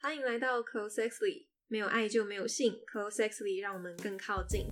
欢迎来到 Close Sexly，没有爱就没有性，Close Sexly 让我们更靠近。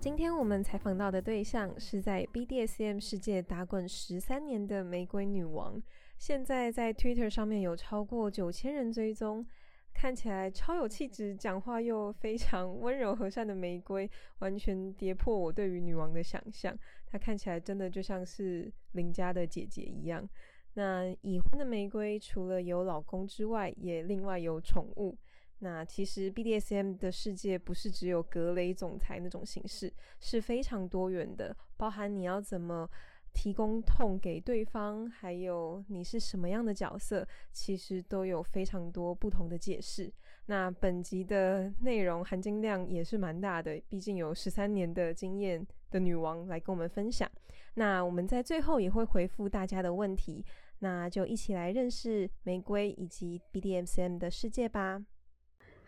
今天我们采访到的对象是在 BDSM 世界打滚十三年的玫瑰女王，现在在 Twitter 上面有超过九千人追踪，看起来超有气质，讲话又非常温柔和善的玫瑰，完全跌破我对于女王的想象。她看起来真的就像是邻家的姐姐一样。那已婚的玫瑰除了有老公之外，也另外有宠物。那其实 BDSM 的世界不是只有格雷总裁那种形式，是非常多元的，包含你要怎么提供痛给对方，还有你是什么样的角色，其实都有非常多不同的解释。那本集的内容含金量也是蛮大的，毕竟有十三年的经验的女王来跟我们分享。那我们在最后也会回复大家的问题，那就一起来认识玫瑰以及 BDSM 的世界吧。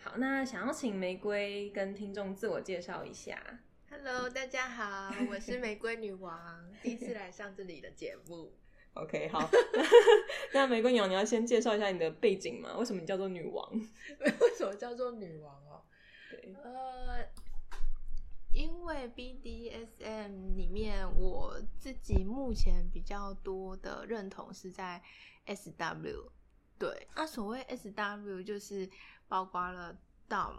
好，那想要请玫瑰跟听众自我介绍一下。 Hello，大家好，我是玫瑰女王，第一次来上这里的节目。 OK，好， 那玫瑰娘，你要先介绍一下你的背景吗？为什么你叫做女王？为什么叫做女王哦？对，呃，因为 BDSM 里面我自己目前比较多的认同是在 SW，对，那所谓 SW 就是包括了 Dom，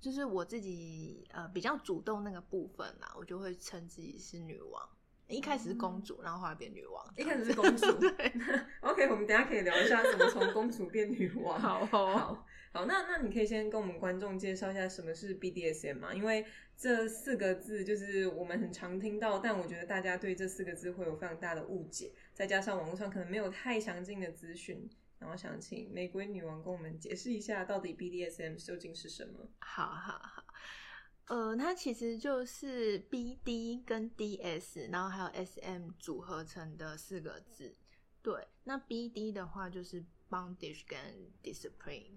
就是我自己呃比较主动那个部分啦，我就会称自己是女王。一开始是公主，然后后来变女王。嗯一开始是公主 对， OK，我们等一下可以聊一下怎么从公主变女王。好哦， 好好，那那你可以先跟我们观众介绍一下什么是 BDSM 吗？因为这四个字就是我们很常听到，但我觉得大家对这四个字会有非常大的误解，再加上网络上可能没有太详尽的资讯，然后想请玫瑰女王跟我们解释一下，到底 BDSM 究竟是什么？好好好，呃，它其实就是 B D 跟 D S，然后还有 S M 组合成的四个字。对，那 B D 的话就是 bondage 跟 discipline，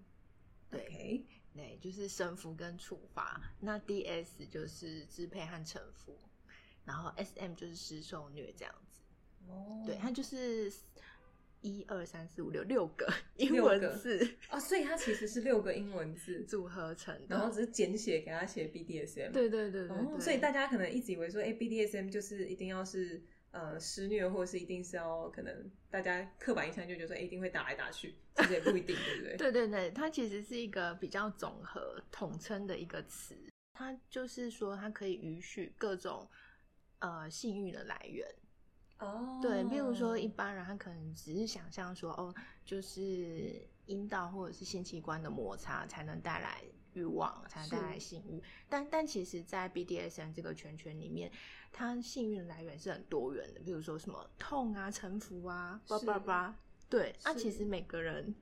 对 OK，对，就是神服跟处罚。那 D S 就是支配和臣服，然后 S M 就是施受虐这样子。哦对，它就是一二三四五六六个英六个文字哦，所以它其实是六个英文字，组合成的。然后只是简写给它写 BDSM。对对对对哦，对所以大家可能一直以为说，哎、b d s m 就是一定要是呃施虐，或者是一定是要可能大家刻板印象就觉得说，哎、一定会打来打去，其实也不一定，对不对？对对对，它其实是一个比较总和统称的一个词，它就是说它可以允许各种呃性欲的来源。哦对，比如说一般人他可能只是想象说，哦，就是阴道或者是性器官的摩擦才能带来欲望，才能带来性欲。但但其实，在 BDSM 这个圈圈里面，它性欲的来源是很多元的，比如说什么痛啊、臣服啊、叭是叭叭。对，那、是其实每个人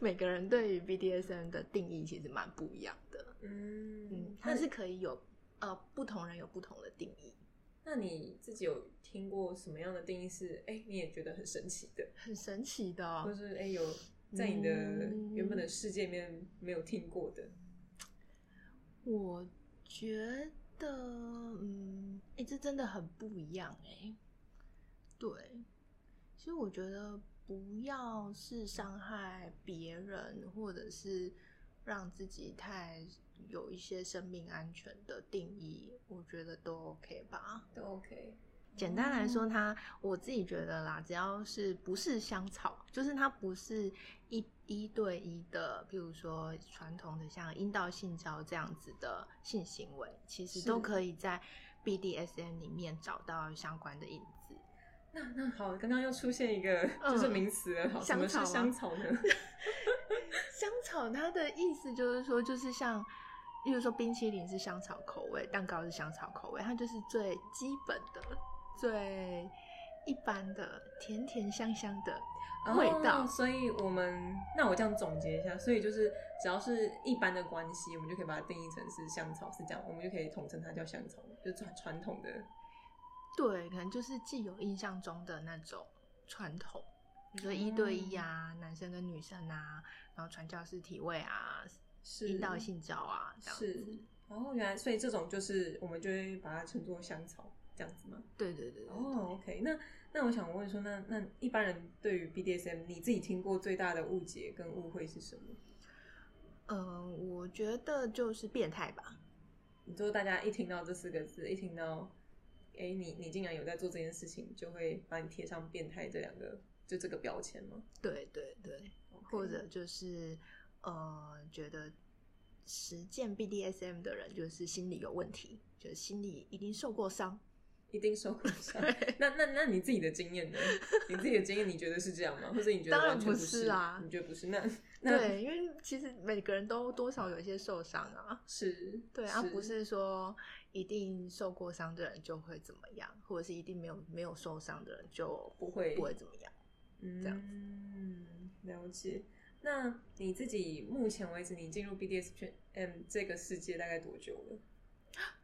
每个人对于 BDSM 的定义其实蛮不一样的。嗯嗯，，它是可以有呃不同人有不同的定义。那你自己有听过什么样的定义是，哎、你也觉得很神奇的，很神奇的、或哦，是哎、有在你的嗯原本的世界里面没有听过的？我觉得，嗯，哎、这真的很不一样哎、对，其实我觉得不要是伤害别人，或者是让自己太有一些生命安全的定义，我觉得都 OK 吧。都 OK，简单来说，它我自己觉得啦，只要是不是香草，就是它不是一一对一的，比如说传统的像阴道性交这样子的性行为，其实是都可以在 BDSM 里面找到相关的影子。那那好，刚刚又出现一个嗯就是名词了，好，什么是香香草呢？ 香草它的意思就是说，就是像，例如说冰淇淋是香草口味，蛋糕是香草口味，它就是最基本的、最一般的，甜甜香香的。味道哦所以我们那我这样总结一下，所以就是只要是一般的关系，我们就可以把它定义成是香草，是这样，我们就可以统称它叫香草，就传传统的。对，可能就是既有印象中的那种传统，比如说一对嗯一啊，男生跟女生啊，然后传教士体位啊，是阴道性交啊，这样是子。哦，原来所以这种就是我们就会把它称作香草，这样子吗？对对对对哦、o k 那那我想问说，那那一般人对于 BDSM，你自己听过最大的误解跟误会是什么？呃，我觉得就是变态吧。你说大家一听到这四个字，一听到，哎，你你竟然有在做这件事情，就会把你贴上变态这两个就这个标签吗对对对， ？OK 或者就是呃，觉得实践 BDSM 的人就是心理有问题，就是心理一定受过伤。一定受过 伤。那那那你自己的经验呢？你自己的经验，你觉得是这样吗？或者你觉得当然完全不是是啊你觉得不是？那那对，因为其实每个人都多少有一些受伤啊。是对啊，不是说一定受过伤的人就会怎么样，或者是一定没有没有受伤的人就不会不会怎么样。这样子嗯，了解。那你自己目前为止，你进入 BDS 圈 M 这个世界大概多久 了？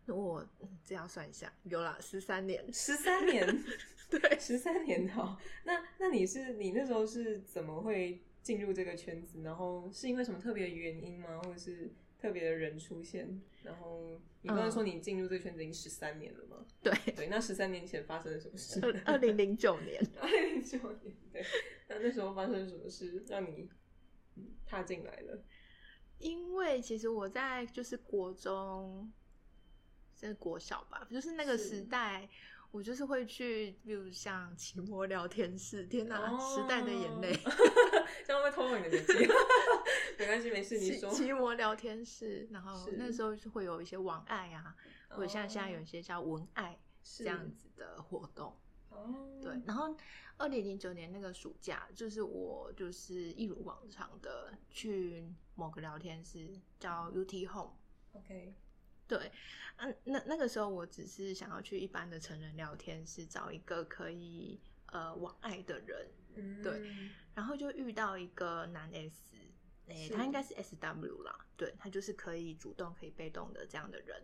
我嗯这样算一下，有啦，十三年。 十三年，对， 十三年哦。那那你是你那时候是怎么会进入这个圈子？然后是因为什么特别的原因吗？或者是特别的人出现？然后你刚刚嗯说你进入这个圈子已经十三年了吗？ 对，对，那十三年前发生了什么事？二二零零九年。 二九年，对。那那时候发生了什么事让你嗯踏进来了？因为其实我在就是国中，在国小吧，就是那个是时代，我就是会去，比如像期末聊天室，天哪，哦 时代的眼泪，这样会不会透露你的年纪， 没关系，没事，你期说。期末聊天室，然后是那时候就会有一些网爱啊，或者像现在有一些叫文爱哦是这样子的活动，哦，对。然后二零零九年那个暑假，就是我就是一如往常的去某个聊天室叫嗯 UT Home。 ，OK，对，嗯，那那个时候我只是想要去一般的成人聊天室找一个可以呃往爱的人，嗯，对，然后就遇到一个男 S，诶、是他应该是 SW 啦，对他就是可以主动可以被动的这样的人，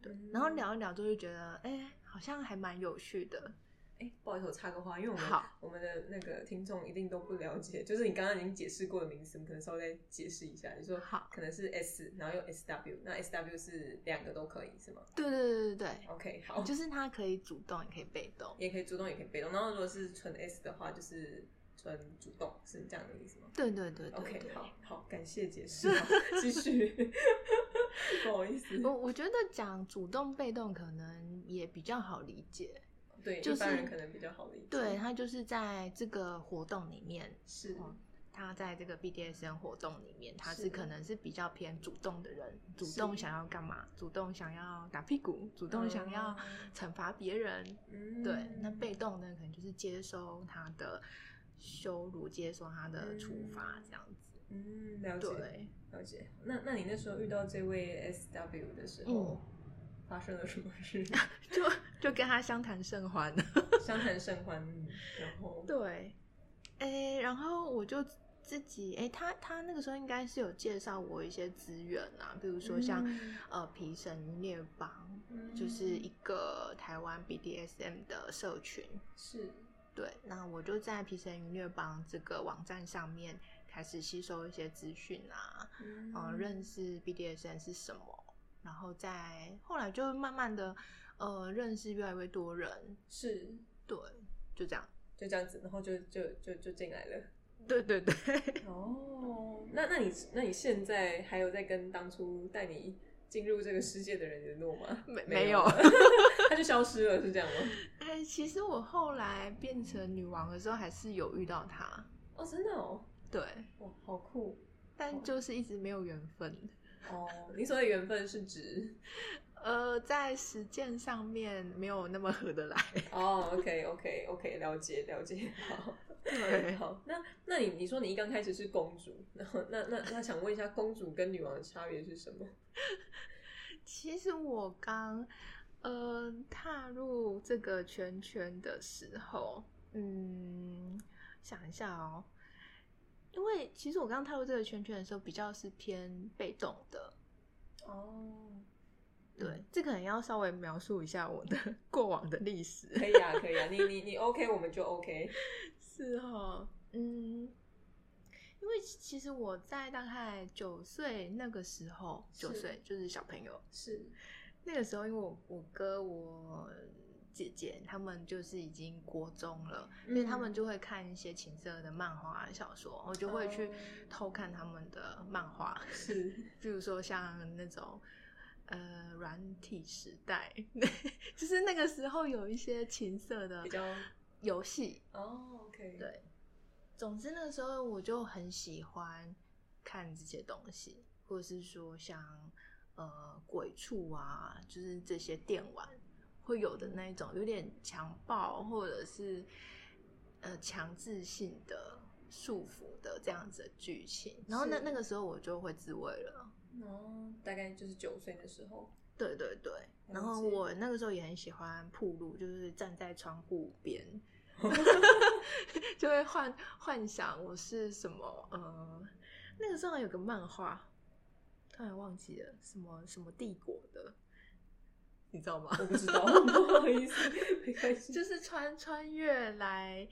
对嗯，然后聊一聊就会觉得，哎、好像还蛮有趣的，哎、不好意思，我插个话，因为我们好我们的那个听众一定都不了解，就是你刚刚已经解释过的名词，我们可能稍微再解释一下。你说好可能是 S，然后又 SW，那 SW 是两个都可以是吗对对对对对？OK，好，对，就是他可以主动也可以被动，哦也可以主动，也可以被动。然后如果是纯 S 的话，就是纯主动，是这样的意思吗对对对对对？OK，好好，感谢 解释，好继续。 不好意思，我我觉得讲主动被动可能也比较好理解，对，就是一般人可能比较好理解。对，他就是在这个活动里面，是哦他在这个 BDSM 活动里面，他是是可能是比较偏主动的人，主是动想要干嘛，主动想要打屁股，主动想要惩罚别人。嗯对，那被动呢，可能就是接收他的羞辱，接收他的处罚这样子。嗯了解。对，了解。那那你那时候遇到这位 S W 的时嗯候，发生了什么 事？就就跟他相谈甚欢。 相谈甚欢，嗯然后对，哎，然后我就自己，哎，他他那个时候应该是有介绍我一些资源啊，比如说像、嗯呃皮神猎帮，嗯就是一个台湾 BDSM 的社群。是对，那我就在皮神云略帮这个网站上面开始吸收一些资讯啊，嗯嗯、认识 BDSM 是什么，然后再后来就慢慢的呃认识越来越多人，是对，就这样，就这样子，然后就就就就进来了。对对对， 哦，那那你那你现在还有在跟当初带你进入这个世界的人联络吗？没没有 没有了，他就消失了，是这样吗？哎，其实我后来变成女王的时候还是有遇到他，哦，真的哦，对，哇，好酷但就是一直没有缘分。哦！你所谓缘分是指呃，在实践上面没有那么合得来。哦，OK，OK，OK、o k OK OK，了解了解，好， 嗯对好。那那你你说你一刚开始是公主，然后那那那想问一下，公主跟女王的差别是什么？其实我刚呃踏入这个圈圈的时候，嗯，想一下哦，因为其实我刚踏入这个圈圈的时候，比较是偏被动的。 哦，对，这可能要稍微描述一下我的 过往的历史。 可以啊，可以啊，你你你 OK，我们就 OK。是哦，嗯，因为其其实我在大概九岁那个时候，是九岁就是小朋友是那个时候，因为我我哥我姐姐，她们就是已经国中了，所以她嗯们就会看一些情色的漫画、啊小说，我就会去哦偷看她们的漫画，是， 比如说像那种。呃，软体时代， 就是那个时候有一些情色的比较游戏，哦，OK，对，总之那个时候我就很喜欢看这些东西，或者是说像呃鬼畜啊，就是这些电玩会有的那一种有点强暴或者是呃强制性的束缚的这样子的剧情。然后那是那个时候我就会自慰了，哦，大概就是九岁的时候，对对对。然后了解我那个时候也很喜欢铺路，就是站在窗户 边，就会幻幻想我是什么呃，那个时候好像有个漫画，突然忘记了什么什么帝国的，你知道吗？ 我不知道， 不好意思，没关系，就是穿穿越来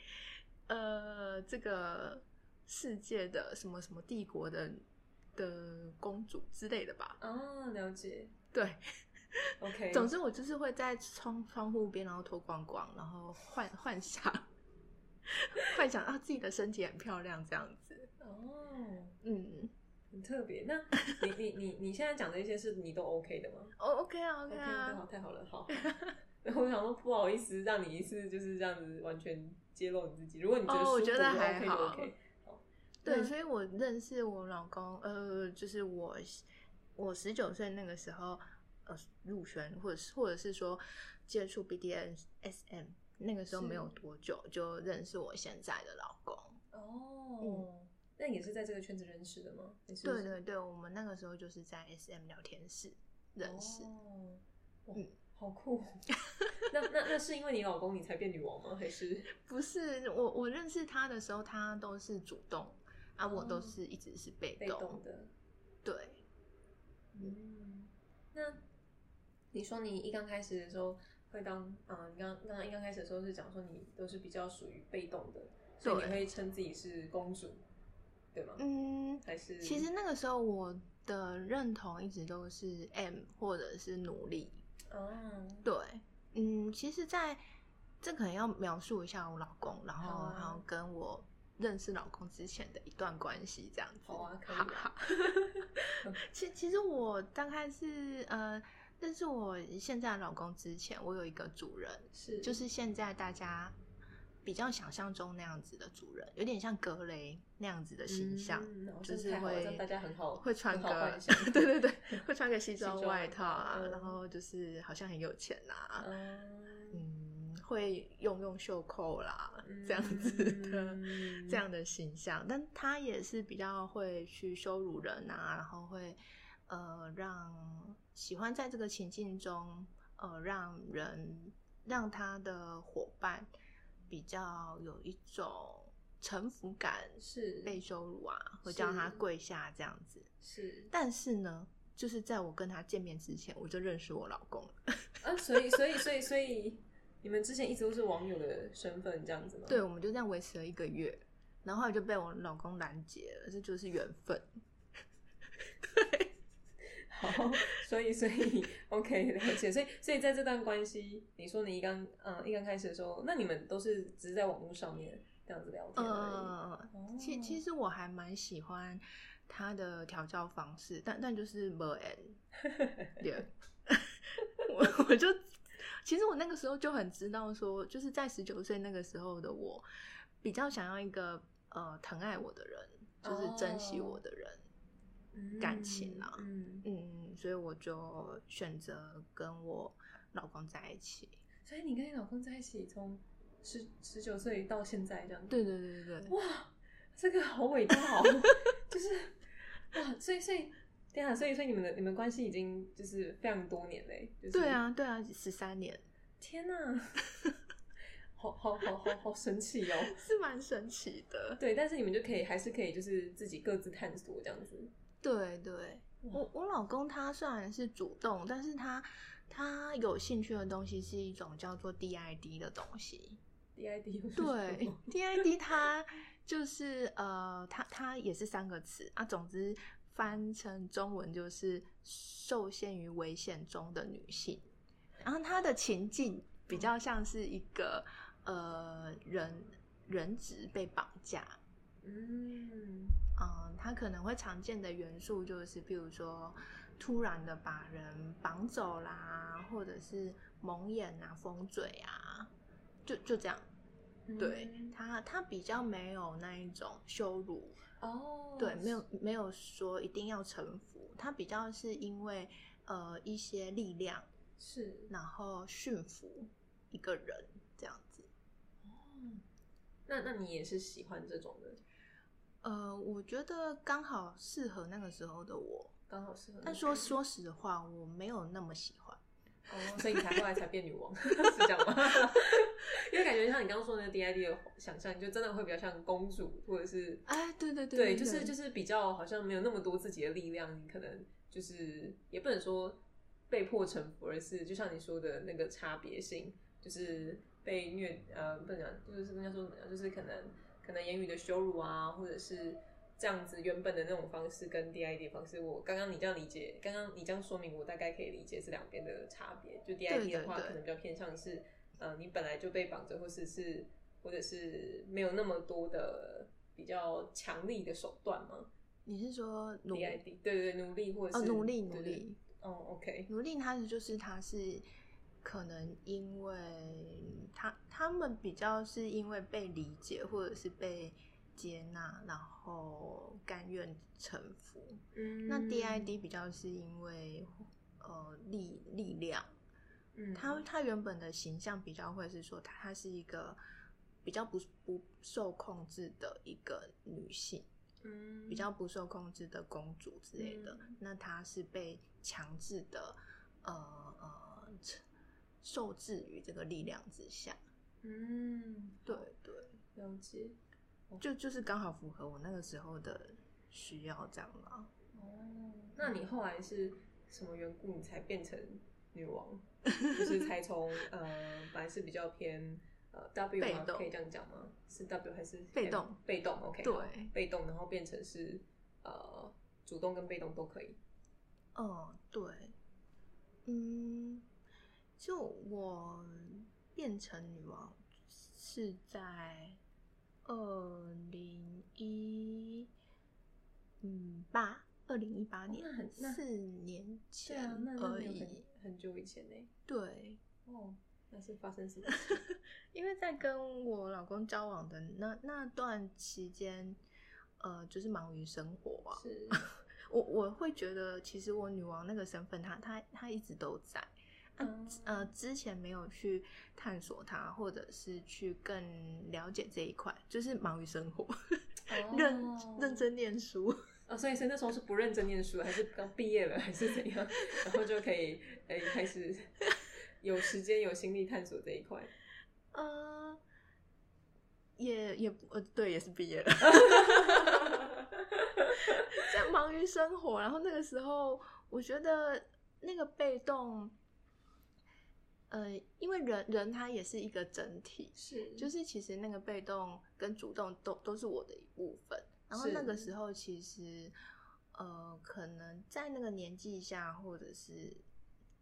呃这个世界的什么什么帝国的的公主之类的吧？哦，了解对， ，OK，总之我就是会在窗窗户边，然后脱光光，然后幻幻想。幻想到自己的身体很漂亮，这样子，哦，嗯，很特别。那你你你你现在讲的一些事，你都 OK 的吗哦，OK 啊，OK 太啊，好太好了，好。 然后我想说，不好意思，让你一次就是这样子完全揭露你自己。如果你觉得哦舒我服，觉得还 OK 就好 OK。对，嗯所以我认识我老公，呃，就是我，我十九岁那个时候，呃，入圈或者是或者是说接触 BDSM，那个时候是没有多久就认识我现在的老公。哦，那也是在这个圈子认识的吗？你是不对是对对，我们那个时候就是在 SM 聊天室认识。哦，哇嗯好酷 哦。那那那是因为你老公你才变女王吗？还是不是我，我认识他的时候，他都是主动，啊，我都哦是一直是被被动的？对，嗯，那你说你一刚开始的时候会当，嗯，你刚刚刚一刚开始的时候是讲说你都是比较属于被动的，所以对你会称自己是公主，对吗？嗯，还是其实那个时候我的认同一直都是 M 或者是努力。哦，对，嗯，其实在这可能要描述一下我老公，然好后啊还有跟我认识老公之前的一段关系这样子。好啊，可以啊， 其其实我大概是呃。认识我现在的老公之前，我有一个主人，是就是现在大家比较想象中那样子的主人，有点像格雷那样子的形象。嗯哦这就是太好了会这样大家很好会穿很个好幻想 对对对，会穿个西西装装外外套啊，套嗯然后就是好像很有钱啊，嗯，嗯，会用用袖扣啦，这样子的、 嗯这样的形象，但他也是比较会去羞辱人啊，然后会呃让喜欢在这个情境中呃让人让他的伙伴比较有一种臣服感，是被羞辱啊，会叫他是跪下这样子。是但是呢，就是在我跟他见面之前，我就认识我老公了。啊，所以所以所以所以你们之前一直都是网友的身份这样子吗？对，我们就这样维持了一个月，然后后来就被我老公拦截了，这就是缘分。好， 所以所以 OK 了解，所以所以在这段关系，你说你一刚嗯一刚开始的时候，那你们都是只是在网络上面这样子聊天而呃，已。哦其其实我还蛮喜欢他的调教方式，但但就是没 end，对， 我我就其实我那个时候就很知道说，就是在十九岁那个时候的我，比较想要一个呃疼爱我的人，就是珍惜哦我的人。嗯感情啊嗯，嗯，所以我就选择跟我老公在一起。所以你跟你老公在一起从十十九岁到现在这样，，对对对对对，哇，这个好伟大哦， 就是哇，所以所以。对啊，所以所以你们的你们关系已经就是非常多年嘞，就是对啊对啊，十三年天 呐，好好好好好神奇哦！是蛮神奇的。对，但是你们就可以还是可以就是自己各自探索这样子。对对，我我老公他虽然是主动，但是他他有兴趣的东西是一种叫做 DID 的东西。 DID 又是什对么 ，DID 它就是呃，它它也是三个词啊，总之翻成中文就是受限于危险中的女性。然后它的情境比较像是一个呃人人质被绑架。嗯，嗯，它可能会常见的元素就是，比如说突然的把人绑走啦，或者是蒙眼啊、封嘴啊，就就这样。对嗯它，它比较没有那一种羞辱，哦，对，没有没有说一定要臣服，它比较是因为呃一些力量，是。然后驯服一个人这样子。那那你也是喜欢这种的，呃，我觉得刚好适合那个时候的我，刚好适合你。但说说实话，我没有那么喜欢。哦，所以你才后来才变女王， 是这样吗？因为感觉像你刚刚说的那个 DID 的想象，你就真的会比较像公主，或者是哎，对对对啊对，就是就是是比较好像没有那么多自己的力量，你可能就是也不能说被迫臣服，而是就像你说的那个差别性，就是被虐呃不能讲，就是人家说什么呀，就是可能可能言语的羞辱啊，或者是这样子原本的那种方式跟 DID 的方式，我刚刚你这样理解，刚刚你这样说明，我大概可以理解是两边的差别。就 DID 的话，对对可能比较偏向是呃你本来就被绑着，或者是或者是没有那么多的比较强力的手段嘛。你是说努 DID 对对对，努力或者哦是、努力努对力。哦，OK，奴隶他是就是他是可能因为他他们比较是因为被理解或者是被接纳，然后甘愿臣服。嗯那 DID 比较是因为呃力力量，嗯他他原本的形象比较会是说他他是一个比较不不受控制的一个女性。嗯比较不受控制的公主之类的，嗯那她是被强制的，呃呃，受制于这个力量之下。嗯对对，了解就就是刚好符合我那个时候的需要，这样啊啦。哦。那嗯你后来是什么缘故你才变成女王？就是才从呃本来是比较偏呃 W 被吗？动可以这样讲吗？是 W 还是 M？被动被动 OK 对好被动，然后变成是呃主动跟被动都可以。哦，对，嗯，就我变成女王是在二零一嗯八。二零一八年那很，那啊四年前而而已已。，很久以前呢、对，哦，那是发生什么事？因为在跟我老公交往的那那段期间，呃，就是忙于生活 啊，是我我会觉得，其实我女王那个身份她，她她一直都在。啊嗯呃，之前没有去探索它，或者是去更了解这一块，就是忙于生活，认 认真念书。哦，所以是那时候是不认真念书，还是刚毕业了，还是怎样？ 然后就可以哎开始有时间有心力探索这一块。呃，也也不呃，对，也是毕业了。 在忙于生活，然后那个时候，我觉得那个被动，呃，因为人人他也是一个整体，是就是是其实那个被动跟主动都都是我的一部分。然后是那个时候其实，呃，可能在那个年纪下，或者是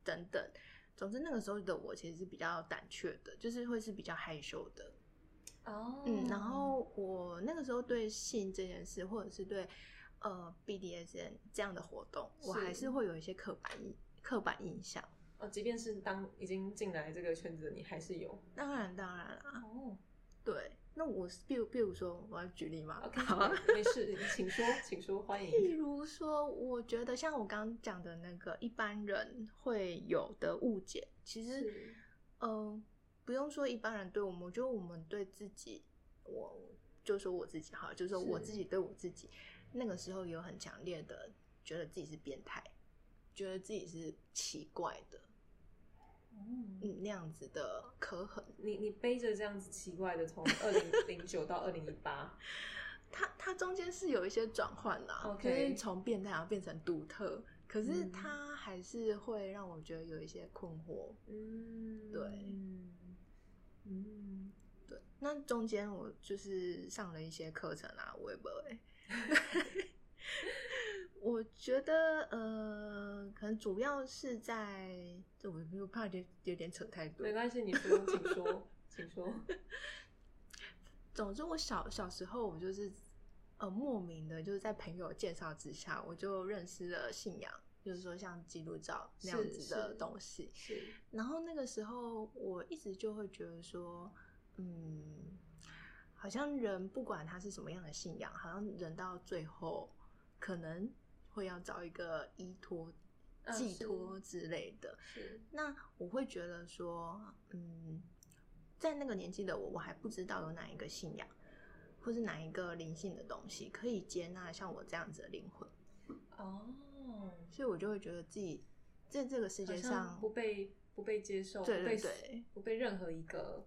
等等，总之那个时候的我其实是比较胆怯的，就是会是比较害羞的。哦，嗯，然后我那个时候对性这件事，或者是对呃 BDSN 这样的活动，我是还是会有一些刻板印刻板印象。哦，即便是当已经进来这个圈子，你还是有当然，当然啦，哦。对。那我是，比如，比如说，我要举例嘛 OK，好啊没事，请说，请说，欢例 迎。如说，我觉得像我刚刚讲的那个一般人会有的误解，其实，呃，不用说一般人对我们，我觉得我们对自己，我就说我自己好了，就说我是自己对我自己，那个时候有很强烈的觉得自己是变态，觉得自己是奇怪的，嗯，嗯，那样子的刻痕。你你背着这样子奇怪的，从二零零九到二零一 八，它它中间是有一些转换啦 OK 就是从变态然后变成独特，可是嗯它还是会让我觉得有一些困惑。嗯，对嗯，对，那中间我就是上了一些课程啊，微博、欸，我觉得呃，可能主要是在这，我又怕有有点扯太多没。关系，你说，请说，请说。总之，我小小时候我就是呃莫名的，就是在朋友介绍之下，我就认识了信仰，就是说像基督教那样是子的是东西。 是，然后那个时候，我一直就会觉得说，嗯，好像人不管他是什么样的信仰，好像人到最后可能会要找一个依托、嗯寄是托之类的。是，那我会觉得说，嗯，在那个年纪的我，我还不知道有哪一个信仰，或是哪一个灵性的东西可以接纳像我这样子的灵魂，哦，所以我就会觉得自己在这个世好界像上不，被不被接受，对不对被对，不被任何一个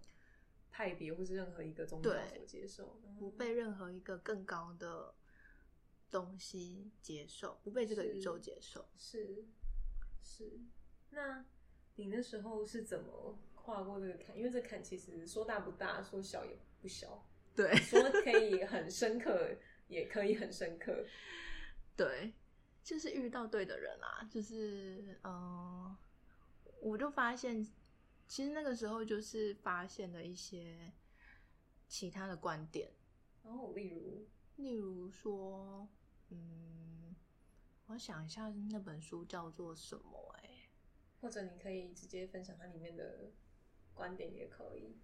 派别或是任何一个宗教对所接受，嗯不被任何一个更高的东西接受，不被这个宇宙是接受。是是，那你那时候是怎么跨过这个坎？因为这坎其实说大不大，说小也不小，对说可以很深刻，也可以很深刻。 对，就是遇到对的人啊，就是嗯、呃我就发现，其实那个时候就是发现了一些其他的观点，然后例如，例如说，嗯，我想一下，那本书叫做什么、欸？或者你可以直接分享它里面的观点也可以。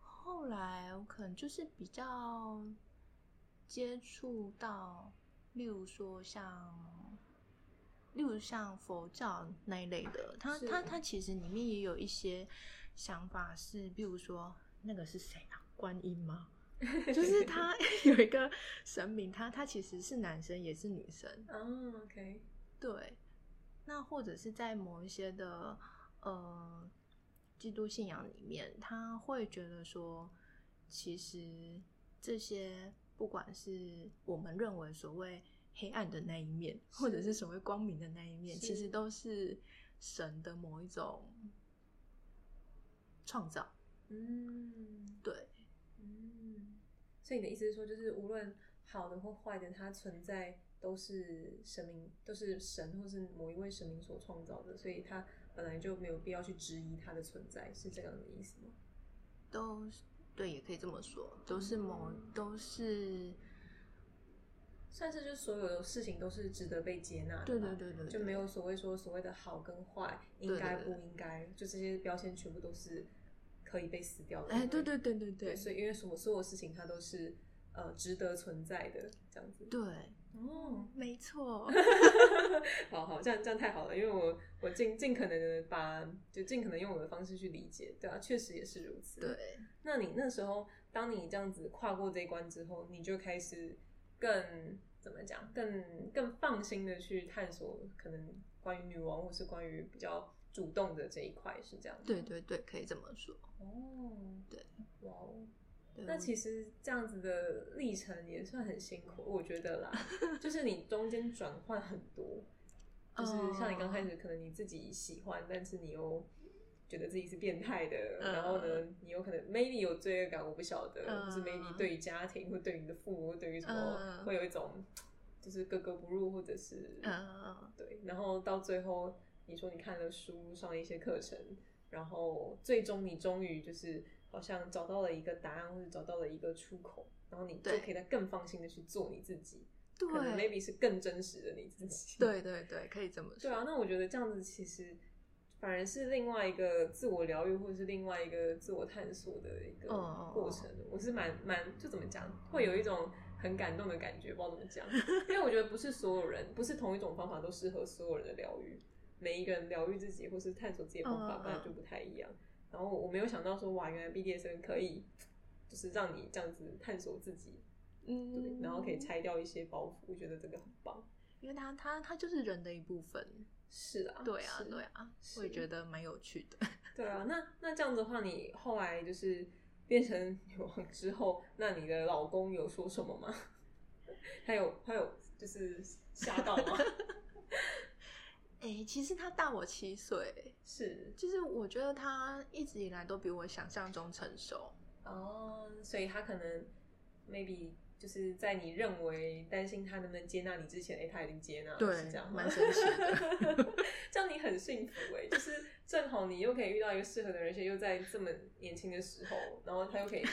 后来我可能就是比较接触到，例如说像，例如像佛教那一类的，它是它它其实里面也有一些想法是，比如说那个是谁啊？观音吗？就是 他 有一个神明，他他其实是男生也是女生，嗯、o k 对，那或者是在某一些的呃基督信仰里面，他会觉得说，其实这些不管是我们认为所谓黑暗的那一面，或者是是所谓光明的那一面，其是实都是神的某一种创造。嗯对，嗯，所以你的意思是说，就是无论好的或坏的，它存在都是神明，都是神或是某一位神明所创造的，所以它本来就没有必要去质疑它的存在，是这样的意思吗？都是对，也可以这么说，都是某嗯都是算是就是所有的事情都是值得被接纳的吧，对对对对，就没对有所谓说所谓的好跟坏，对应该对对不应该，就这些标签全部都是可以被撕掉的。哎，对对对对对，对所以因为所所有事情它都是呃值得存在的这样子。对，哦，没 错。好好，这样这样太好了，因为我我尽尽可能的把就尽可能用我的方式去理解，对啊，确实也是如此。，对，那你那时候当你这样子跨过这一关之后，你就开始更怎么讲，更更放心的去探索可能关于女王或是关于比较主动的这一块，是这样吗？对对对，可以这么说。哦，对，哇哦。对那我其实这样子的历程也算很辛苦，我觉得啦，就是你中间转换很多，就是哦像你刚开始可能你自己喜欢，但是你又觉得自己是变态的，嗯然后呢，你有可能 maybe 有罪恶感，我不晓得，或嗯是 maybe 对于家庭或对于你的父母或对于什么嗯会有一种就是格格不入，或者是呃，对，然后到最后你说你看了书，上了一些课程，然后最终你终于就是好像找到了一个答案，或者找到了一个出口，然后你就对可以再更放心的去做你自己，对可能 maybe 是更真实的你自己。 对对对，可以这么说。对啊，那我觉得这样子其实反而是另外一个自我疗愈，或者是另外一个自我探索的一个哦过程。我是蛮蛮就怎么讲，会有一种很感动的感觉，不知道怎么 讲，因为我觉得不是所有人，不是同一种方法都适合所有人的疗愈，每一个人疗愈自己或是探索自己的方法嗯嗯嗯本来就不太一样。然后我没有想到说，哇，原来 BDSM 可以就是让你这样子探索自己，对嗯，然后可以，拆掉一些包袱，我觉得这个很棒。因为它它它就是人的一部分。是啊，对啊是对啊，我也是觉得蛮有趣的。 对啊，那那这样子的话，你后来就是变成女王之后，那你的老公有说什么吗？他有他有就是吓到吗？ 哎，其实他大我七岁，是就是我觉得他一直 以来都比我想象中成熟。哦，所以他可能 maybe 就是在你认为担心他能不能接纳你之前，哎、他已经接纳了，对是这样吗蛮神奇的。 这样你很幸福哎、就是正好你又可以遇到一个适合的人，而且又在这么年轻的时候，然后他又可以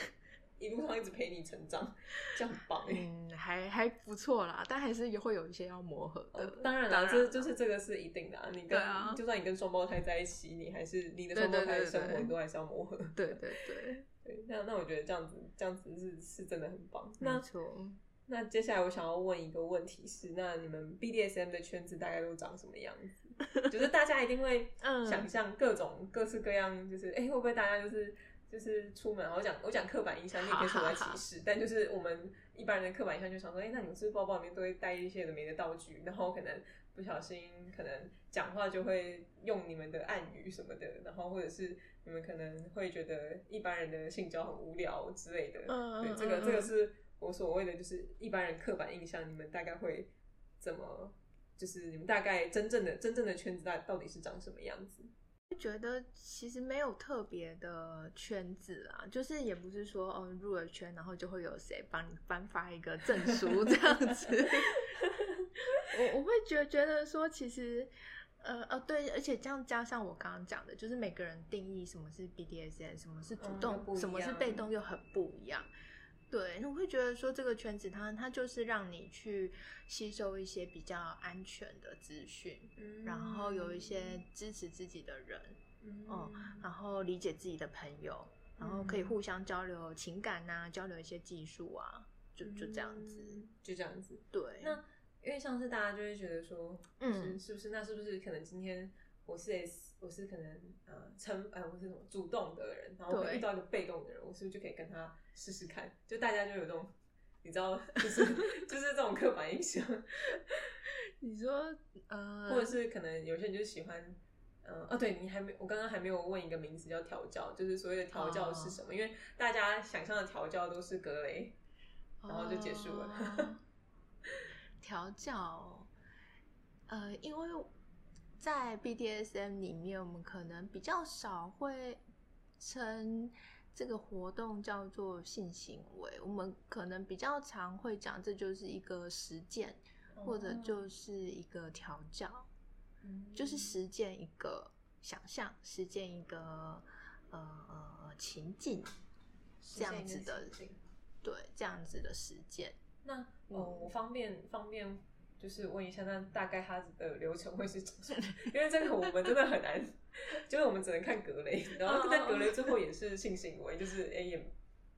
一路上一直陪你成长，这样很棒哎、嗯，还还不错啦，但还是也会有一些要磨合的。啊呃当然当了，然这啦就是这个是一定的、啊。你跟、对啊就算你跟双胞胎在一起，你还是你的对双胞对胎对生活对你都还是要磨合。对对对，对，那那我觉得这样子这样子是是真的很棒。没那嗯错。那接下来我想要问一个问题是，那你们 BDSM 的圈子大概都长什么样 子？就是大家一定会嗯想象各种各式各样，就是哎、诶会不会大家就是就是出门，我讲我讲刻板印象，你也可以说我在歧视，但就是我们一般人的刻板印象就想说，哎、那你们是不是包包里面都会带一些有的没的道具，然后可能不小心可能讲话就会用你们的暗语什么的，然后或者是你们可能会觉得一般人的性交很无聊之类的，嗯对，嗯这个嗯这个嗯是我所谓的，就是一般人刻板印象，你们大概会怎么？就是你们大概真正的真正的圈子大到底是长什么样子？觉得其实没有特别的圈子啊，就是也不是说嗯入了圈，然后就会有谁帮你颁发一个证书这样子。我我会觉觉得说，其实呃呃对，而且这样加上我刚刚讲的，就是每个人定义什么是 BDSM，什么是主嗯又动，不一什么是样被动，又很不一样。对，那我会觉得说这个圈子它它就是让你去吸收一些比较安全的资讯，然后有一些嗯支持自己的人，哦然后理解自己的朋友，然后可以嗯互相交流情感呐、交流一些技术啊，就就这样子。嗯就这样子。对，那因为像是大家就会觉得说，嗯，嗯是不是？那是不是可能今天我是 S，我是可能呃成呃我是什么主动的人，然后我对遇到一个被动的人，我是不是就可以跟他试试看？就大家就有这种，你知道，就是 就是这种刻板印象，你说呃， 或者是可能有些人就喜欢。嗯，哦，对你还没，我刚刚还没有问一个名词叫调教，就是所谓的调教是什哦么？因为大家想象的调教都是格雷，然后就结束了哦 调教，呃，因为在 BDSM 里面，我们可能比较少会称这个活动叫做性行为，我们可能比较常会讲这就是一个实践，或者就是一个调教。嗯就是实践一个想象，实践一个呃呃呃情境，实这现样一个子的情境对，这样子的实践。那呃，嗯我方便方便就是问一下，那大概它的流程会是怎么？ 因为这个我们真的很难，就是我们只能看格雷，然后嗯但格雷最后也是性行为，就是哎、也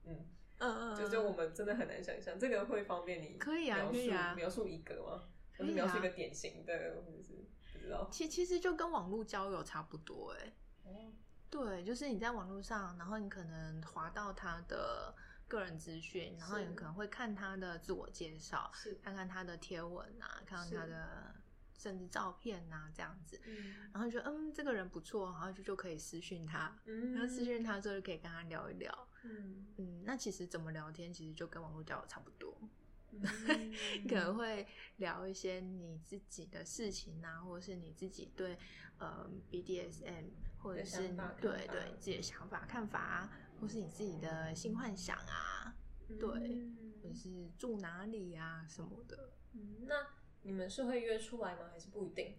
嗯，嗯就就我们真的很难想象，这个会方便你可以啊描可述以啊描述一个吗？可或者以描啊述一个典型的，或者是不知道。其其实就跟网络交友差不多哎、哦对，就是你在网络上，然后你可能滑到他的个人资讯，然后是你可能会看他的自我介绍，是，看看他的贴文啊，看看他是的甚至照片啊这样子，嗯然后就觉得嗯这个人不错，然后就就可以私讯他，嗯然后私讯他之后就可以跟他聊一聊。嗯，嗯，那其实怎么聊天，其实就跟网络交友差不多。嗯 你可能会聊一些你自己的事情啊，或者是你自己对呃 BDSM，或者的是想你法看对法对你自己的想法、看法啊，或是你自己的性幻想啊，对嗯或者是住哪里啊什么的。嗯那你们是会约出来吗？还是不一定？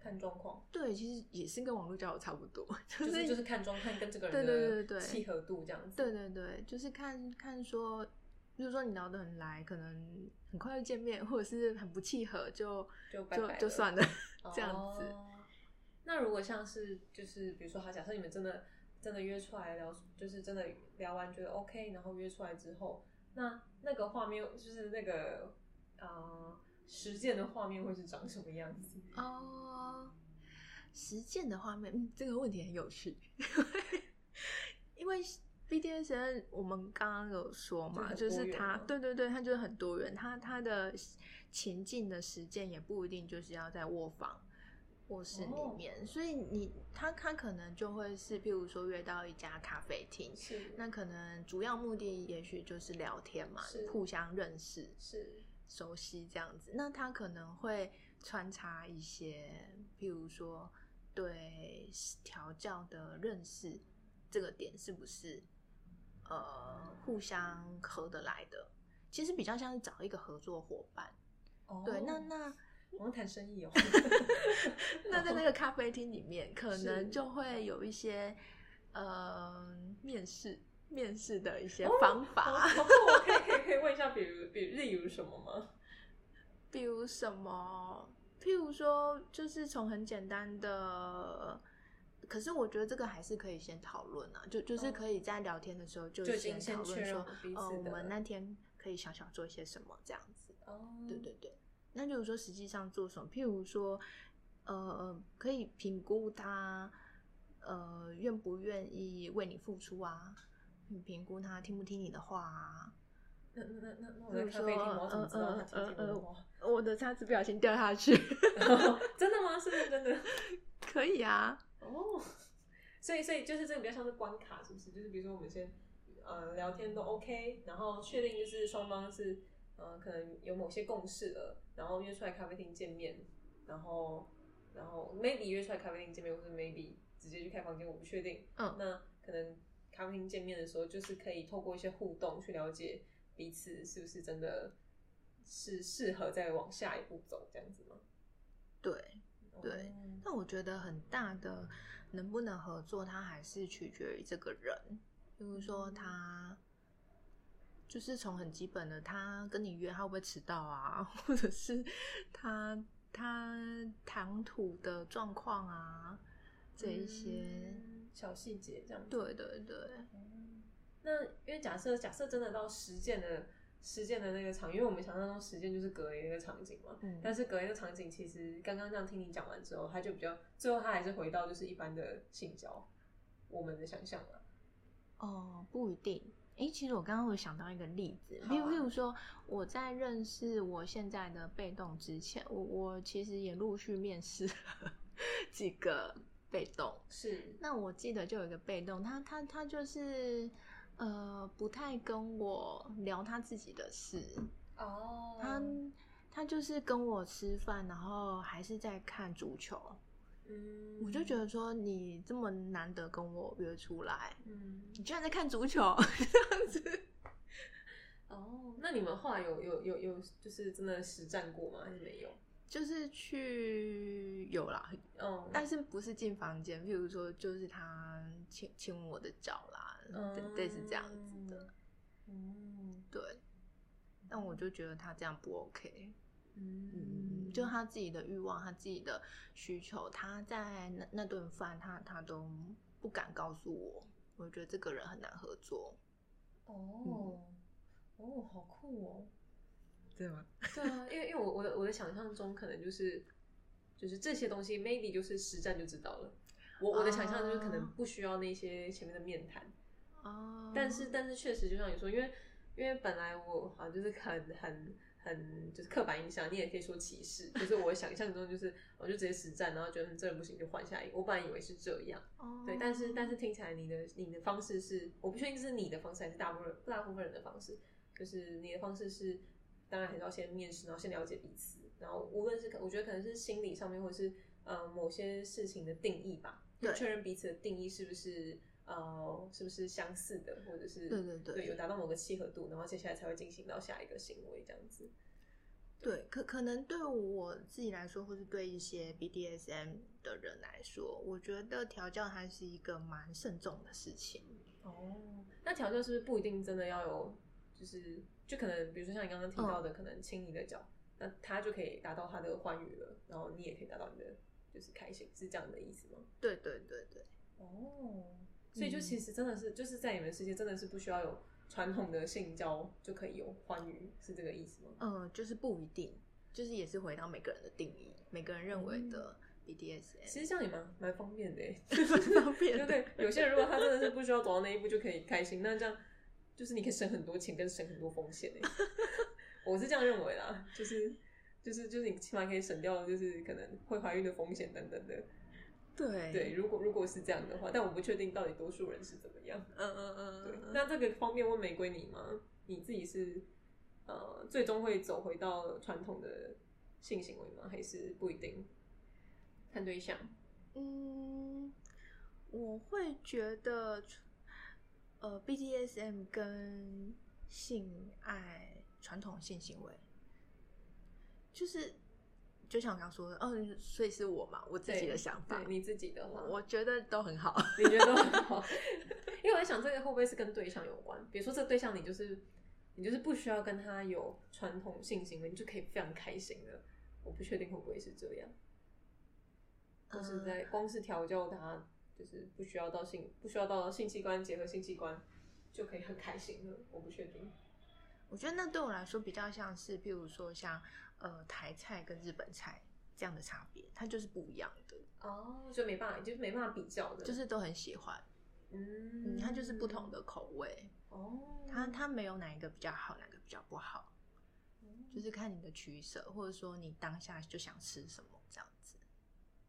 看状况。对，其实也是跟网络交友差不多， 就就是是就是看状看跟这个对对对人对的契合度这样子。对对对，就是看看说，比如说你聊得很来，可能很快就见面，或者是很不契合，就就拜就拜就了算了， 这样子。哦那如果像是就是比如说，好，假设你们真的真的约出来聊，就是真的聊完觉得 OK，然后约出来之后，那那个画面就是那个呃实践的画面会是长什么样子？哦，实践的画面，嗯，这个问题很有趣， 因为 BDSM 我们刚刚有说嘛，就就很多是元它嘛，对对对，它就是很多元，它它的情境的实践也不一定就是要在卧房。卧室里哦面，所以你他他可能就会是，譬如说约到一家咖啡厅，是那可能主要目的也许就是聊天嘛是，互相认识，是熟悉这样子。那他可能会穿插一些，譬如说对调教的认识，这个点是不是呃互相合得来的？其实比较像是找一个合作伙伴。哦对，那那我们谈生 意哦。那在那个咖啡厅里面，可是能就会有一些呃面试面试的一些哦方法，我可以可以可以问一下，比如比例如什么吗？比如什么，譬如说，就是从很简单的。可是我觉得这个还是可以先讨论啊，就就是嗯可以在聊天的时候就就已经讨先确论认说，彼呃，此我的们那天可以想想做些什么这样子。哦，对对对。那就是说，实际上做什么？譬如说，呃，可以评估他，呃，愿不愿意为你付出啊？你评估他听不听你的话啊？那那那那我比在如咖啡厅，说我要怎么知道他听呃不听我的话？我的叉子不小心掉下去， 真的吗？是认真的？ 可以啊。哦， 所以所以就是这个比较像是关卡，是不是？就是比如说我们先呃聊天都 OK，然后确定就是双方是呃可能有某些共识了，然后约出来咖啡厅见面，然后然后 maybe 约出来咖啡厅见面，或者 maybe 直接去开房间，我不确定。嗯那可能咖啡厅见面的时候，就是可以透过一些互动去了解彼此是不是真的是适合再往下一步走这样子吗？对，对哦，但我觉得很大的能不能合作，它还是取决于这个人。比如说嗯他，就是从很基本的，他跟你约他会不会迟到啊， 或者是他他谈吐的状况啊，这一些。嗯小细节这样子。嗯对对对，那因为假设假设真的到实践的实践的那个场，因为我们想象中实践就是隔离那个场景嘛，嗯，但是隔离的场景其实刚刚这样听你讲完之后，他就比较最后他还是回到就是一般的性交，我们的想象啊了。哦，不一定。诶，其实我刚刚有想到一个例子，好例啊如例如说，我在认识我现在的被动之前，我我其实也陆续面试 几个被动。是那我记得就有一个被动，他他他就是呃不太跟我聊他自己的事，哦他他就是跟我吃饭，然后还是在看足球。嗯我就觉，得说，你这么难得跟我约出来，嗯，你居然在看 足球这样子。哦，那你们后来有有有有就是真的实战过吗？还是没有？就是去有啦，哦，但是不是进房间，譬如说就是他牵牵我的脚啦，嗯类似这样子的，。嗯对。但我就觉得他这样不 OK，嗯，就他自己的欲望，他自己的需求，他在那那顿饭，他他都不敢告诉我，我觉得这个人很难合作，哦，嗯哦，好酷哦！对吗？对啊，因为因为我我的我的想象中可能就是就是这些东西，maybe 就是实战就知道了。我我的想象就是可能啊不需要那些前面的面谈，哦，但是但是确实就像你说，因为因为本来我好像就是很很很就是刻板印象，你也可以说歧视，就是我想象中就是我就直接实战，然后觉得嗯这人不行就换下一个。我本来以为是这样，哦对，但是但是听起来你的你的方式是，我不确定这是你的方式还是大部分大部分人的方式，就是你的方式是，当然还是要先面试，然后先了解彼此，然后无论是可我觉得可能是心理上面，或者是呃某些事情的定义吧，就对确认彼此的定义是不是呃是不是相似的，或者是对对对有达到某个契合度，然后接下来才会进行到下一个行为这样子。对，可可能对我自己来说，或是对一些 BDSM 的人来说，我觉得调教还是一个蛮慎重的事情。哦，那调教是不是不一定真的要有，就是就可能比如说像你刚刚提到的，可能亲你的脚，那他就可以达到他的欢愉了，然后你也可以达到你的就是开心，是这样的意思吗？对对对对，哦，所以就其实真的是、就是在你们世界真的是不需要有传统的性交就可以有欢愉，是这个意思吗？嗯、就是不一定，就是也是回到每个人的定义，每个人认为的其 BDSM 实这样也蛮蛮方便的耶， 方对面不的。对？有些人如果他真的是不需要走到那一步就可以开心，那这样就是你可以省很多钱，跟省很多风险欸 我是这样认为啦，就是就是就是你起码可以省掉就是可能会怀孕的风险等等的。对对，，如果如果是这样的话，但我不确定到底多数人是怎么样。嗯嗯嗯对嗯，，嗯那这个方面问玫瑰你吗？你自己是呃最终会走回到传统的性行为吗？还是不一定？看对象。嗯，我会觉得，呃，BDSM 跟性爱传统性行为，就是就像我刚说的，嗯、所以是我嘛，我自己的想法对，你自己的话，我觉得都 很好。你觉得都很好？ 因为我在想，这个会不会是跟对象有关？比如说，这个对象你就是你就是不需要跟他有传统性行为，你就可以非常开心的。我不确定会不会是这嗯样，或是在光是调教他，就是不需要到性不需要到性器官结合性器官就可以很开心了。我不确定。我觉得那对我来说比较像是，譬如说像呃台菜跟日本菜这样的差别，它就是不一样的，哦，就没办法，就是没办法比较的，就是都很喜欢，嗯嗯，它就是不同的口味，哦，它它没有哪一个比较好，哪个比较不好，就是看你的取舍，或者说你当下就想吃什么这样子。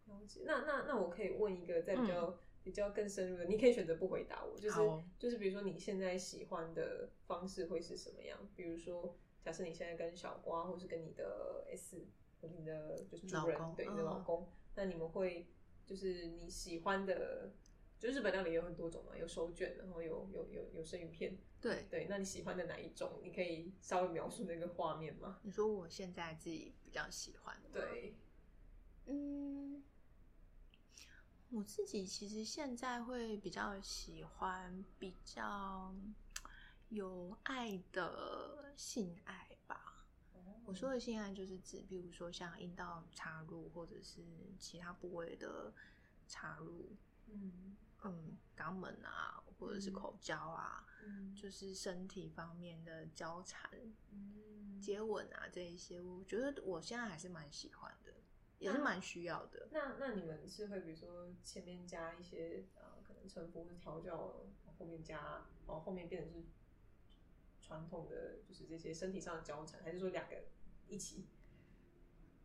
了解那那那我可以问一个在比较、比较更深入的，你可以选择不回答我，就是嗯好哦就是比如说你现在喜欢的方式会是什么样？比如说，假设你现在跟小瓜，或是跟你的 S，或是你的就是主人老公对你的嗯老公，那你们会就是你喜欢的，就日本料理有很多种嘛，有手卷，然后有有有有生鱼片，对，对，那你喜欢的哪一种？你可以稍微描述那个画面吗？你说我现在自己比较喜欢的，，对，嗯，我自己其实现在会比较喜欢比较有爱的性爱吧。我说的性爱就是指，比如说像阴道插入或者是其他部位的插入，嗯嗯，肛门啊，或者是嗯口交啊，嗯就是身体方面的交缠、嗯接吻啊这一些，我觉得我现在还是蛮喜欢的，也是那蛮需要的。那那你们是会比如说前面加一些呃可能臣服或者调教，后面加，然后后面变成是传统的就是这些身体上的交缠，还是说两个一起？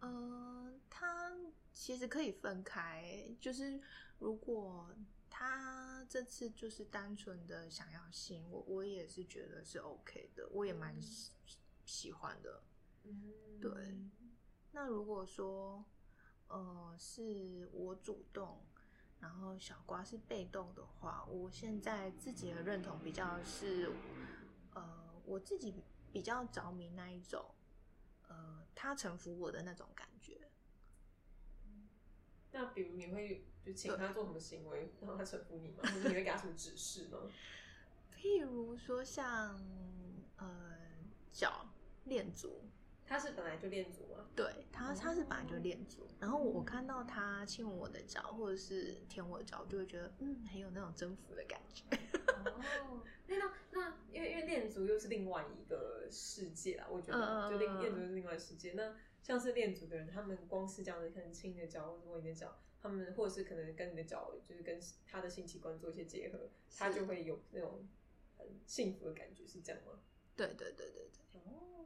嗯呃，它其实可以分开，就是如果他这次就是单纯的想要性，我我也是觉得是 OK 的，我也蛮嗯喜喜欢的。嗯对那如果说，呃，是我主动，然后小瓜是被动的话，我现在自己的认同比较是，呃，我自己比较着迷那一种，呃，他臣服我的那种感觉。那比如你会就请他做什么行为让他臣服你吗？或者你会给他什么指示吗？ 譬如说像呃脚练足，他是本来就练足吗？对他他是本来就练足，然后我看到他亲吻我的脚或者是舔我的脚，我就会觉得嗯很有那种征服的感觉。哦，那那那，因为因为恋足又是另外一个世界啦，我觉嗯嗯得，嗯就恋恋足是另外世界。那像是恋足的人，他们光是这样的，可能亲你的脚或者握你的脚，他们或者是可能跟你的脚，就是跟他的性器官做一些结合，他就会有那种很幸福的感觉，是这样吗？对对对对对。哦，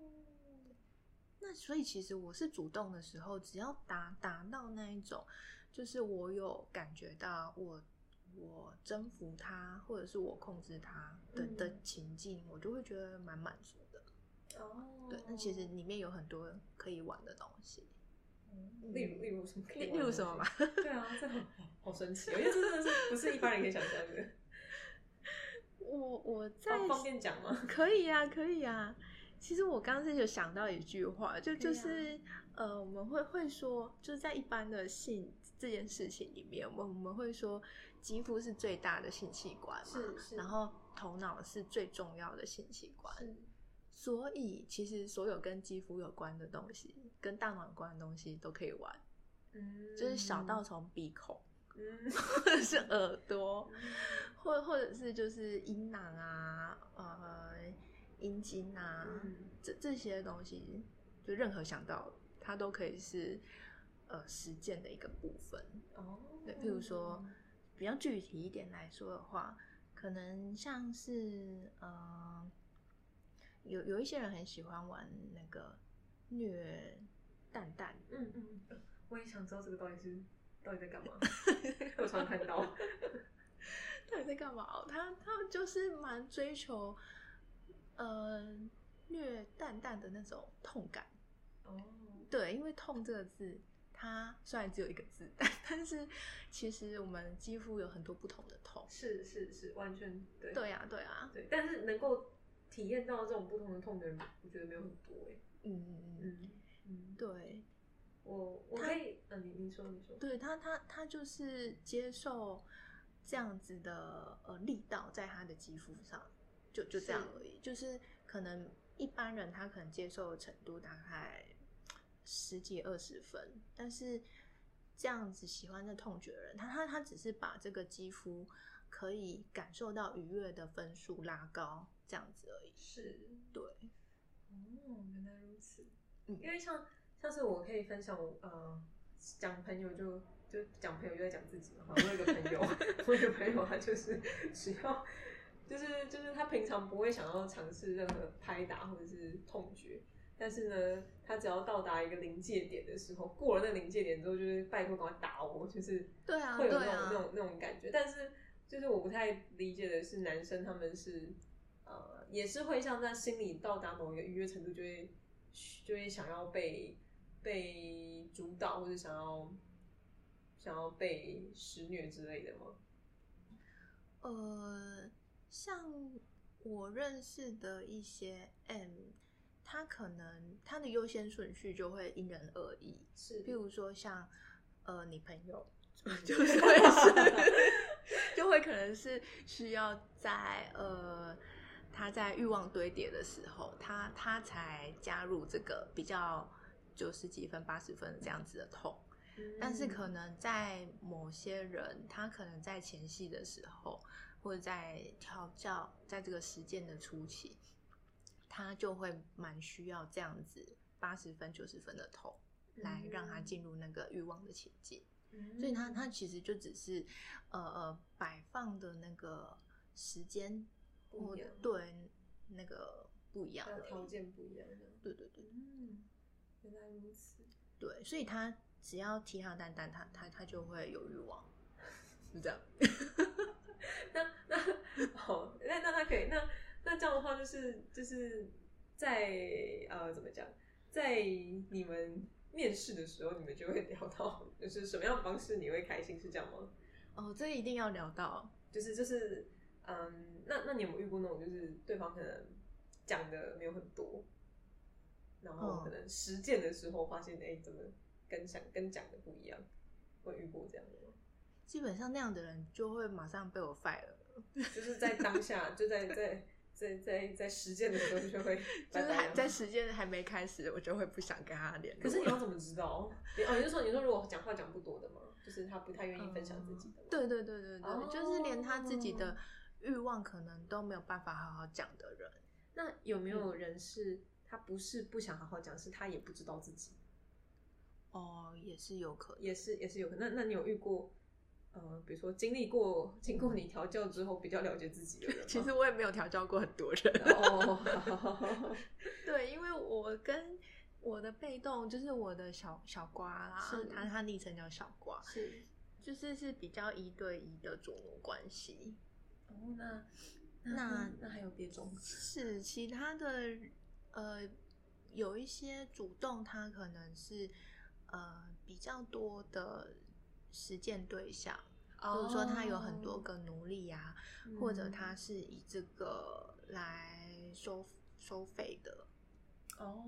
那所以其实我是主动的时候，只要达达到那一种，就是我有感觉到我我征服他或者是我控制他的、的嗯情境，我就会觉得蛮满足的。哦，对，那其实里面有很多可以玩的东西。嗯，例如例如什么？例例如什么吧？ 对啊，这好好神奇哦，因为这真的是不是一般人可以想象的。我我 在方方便讲吗？可以啊，可以啊。其实我刚刚是有想到一句话，就以啊就是、呃，我们会会说，就是在一般的性这件事情里面，我们我们会说，肌肤是最大的性器官嘛，是是然后头脑是最重要的性器官，是所以其实所有跟肌肤有关的东西，跟大脑有关的东西都可以玩，嗯就是小到从鼻孔， 嗯。或者是耳朵，或或者是就是阴囊啊，呃，阴茎啊，嗯这这些东西，就任何想到它都可以是呃实践的一个部分。哦，对，譬如说比较具体一点来说的话，可能像是呃，有有一些人很喜欢玩那个虐蛋蛋，嗯，嗯嗯，我也想知道这个到底是到底在 干嘛，我常常看到，到底在干嘛哦？他他们就是蛮追求，呃，虐蛋蛋的那种痛感。哦，对，因为“痛”这个字，它虽然只有一个字，但 但是其实我们肌肤有很多不同的痛。是是是，完全对对呀、对呀、啊对，但是能够体验到这种不同的痛的人，我觉得没有很多哎、嗯嗯嗯，嗯嗯，对，我我他可以，嗯、你你说你说，对他，他他就是接受这样子的呃力道在他的肌肤上，就就这样是而已。就是可能一般人他可能接受的程度大概十几二十分，但是这样子喜欢这痛觉的人，他他他只是把这个肌肤可以感受到愉悦的分数拉高，这样子而已。是，对，哦，原来如此。嗯因为像像是我可以分享，呃，讲朋友就就讲朋友就在讲自己嘛。我有一个 朋友，我有一个朋友，他就是 只要就是就是他平常不会想要尝试任何拍打或者是痛觉，但是呢，他只要到达一个临界点的时候，过了那个临界点之后，就是拜托赶快打我，就是对啊会有那对种、啊那种那种感觉。但是就是我不太理解的是，男生他们是呃也是会像在心里到达某一个愉悦程度，就会就会想要被被主导或者想要想要被施虐之类的吗？呃，像我认识的一些 M，他可能他的优先顺序就会因人而异。是譬如说像呃，你朋友嗯 就是会是， 就会可能是需要在呃他在欲望堆叠的时候，他他才加入这个比较九十几分、八十分这样子的痛。但嗯是可能在某些人，他可能在前戏的时候，或者在调教，在这个实践的初期，他就会蛮需要这样子八十分、九十分的头来让他进入那个欲望的情境。嗯，所以他他其实就只是呃呃摆放的那个时间不或一样对那个不一样那而条已。件不一样的。对对对嗯，原来如此。对，所以他只要提他的蛋蛋，他他他就会有欲望，是这样。那那好，那那那可以，那那这样的话就是就是在呃怎么讲，在你们面试的时候，你们就会聊到就是什么样的方式你会开心，是这样吗？哦，这一定要聊到。就是就是嗯，那那你有没有遇过那种就是对方可能讲的没有很多，然后可能实践的时候发现哎、怎么跟想跟讲的不一样，会遇过这样的吗？基本上那样的人就会马上被我 fire，了就是在当下，就在在在在在实践的时 候就会就拜是拜还了。在时间还没开始，我就会不想跟他联络。嗯可是你要怎么知道？你哦，你是说你说如果讲话讲不多的吗？就是他不太愿意分享自己的吗？嗯对对对对对，哦就是连他自己的欲望可能都没有办法好好讲的人，那有没有人是他不是不想好好讲，是他也不知道自己，哦，也是有可能。也是也是有可能。那那你有遇过？呃，比如说经历过经过你调教之后比较了解自己的人吗，其实我也没有调教过很多人，哦， 对，因为我跟我的被动就是我的小小瓜啦是，他他昵称叫小瓜，是就是是比较一对一的主奴关系。哦，那那那还有别种是其他的，呃，有一些主动，他可能是呃比较多的实践对象，比如说他有很哦多个奴隶啊，或者他是以这个来收收费的。哦，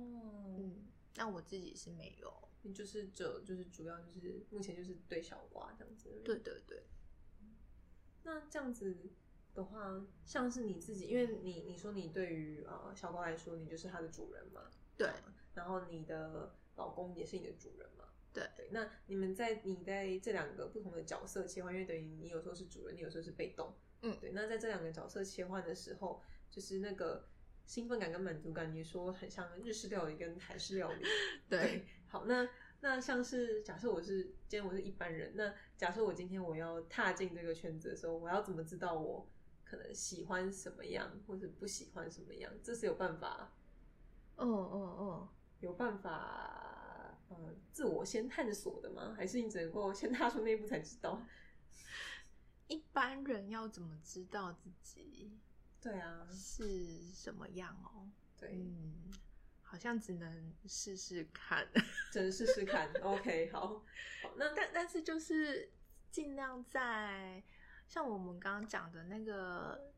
嗯，那我自己是没有。你就是这就是主要就是目前就是对小瓜这样子。对，对对，那这样子的话，像是你自己，因为你你说你对于呃小瓜来说，你就是它的主人嘛，啊对然后你的老公也是你的主人嘛。对对，那你们在你在这两个不同的角色切换，因为等于你有时候是主人，你有时候是被动，嗯对。那在这两个角色切换的时候，就是那个兴奋感跟满足感，你说很像日式料理跟台式料理， 对，好，那那像是假设我是今天我是一般人，那假设我今天我要踏进这个圈子的时候，我要怎么知道我可能喜欢什么样，或者不喜欢什么样？这是有办法，哦哦有办法，呃，自我先探索的吗？还是你只能够先踏出那一步才知道？ 哦，一般人要怎么知道自己对啊，是什么样哦？对，嗯，好像只能试试看，只能试试看。OK，好，好，那但但是就是尽量在像我们刚刚讲的那个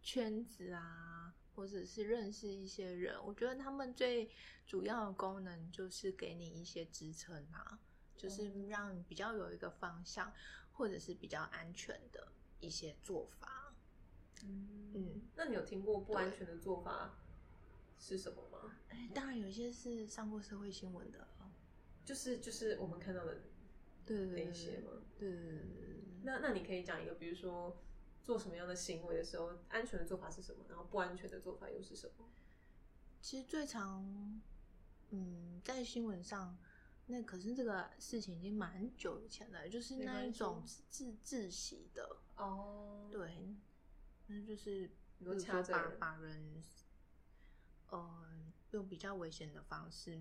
圈子啊，或者是认识一些人。我觉得他们最主要的功能就是给你一些支撑啊，就是让你比较有一个方向，或者是比较安全的一些做法。嗯， 嗯，那你有听过不安全的做法是什么吗？哎，当然有一些是上过社会新闻的，就是就是我们看到的对对那对一些吗？对对对对对。那那你可以讲一个，比如说做什么样的行为的时候，安全的做法是什么，然后不安全的做法又是什么？其实最常，嗯，在新闻上，那可是这个事情已经蛮久以前了，就是没那关一系种自自习的，哦，对，那就是你比说如掐说着把人把人，呃，用比较危险的方式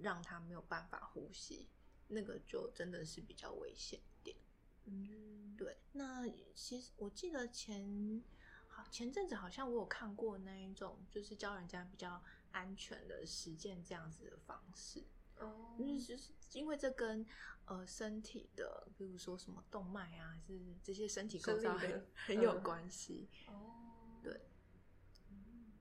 让他没有办法呼吸，那个就真的是比较危险一点。嗯，对，那其实我记得前好前阵子好像我有看过那一种，就是教人家比较安全的实践这样子的方式，哦，因为就是因为这跟呃身体的，比如说什么动脉啊，还是这些身体构生造理的 很很有嗯关系。哦，对，嗯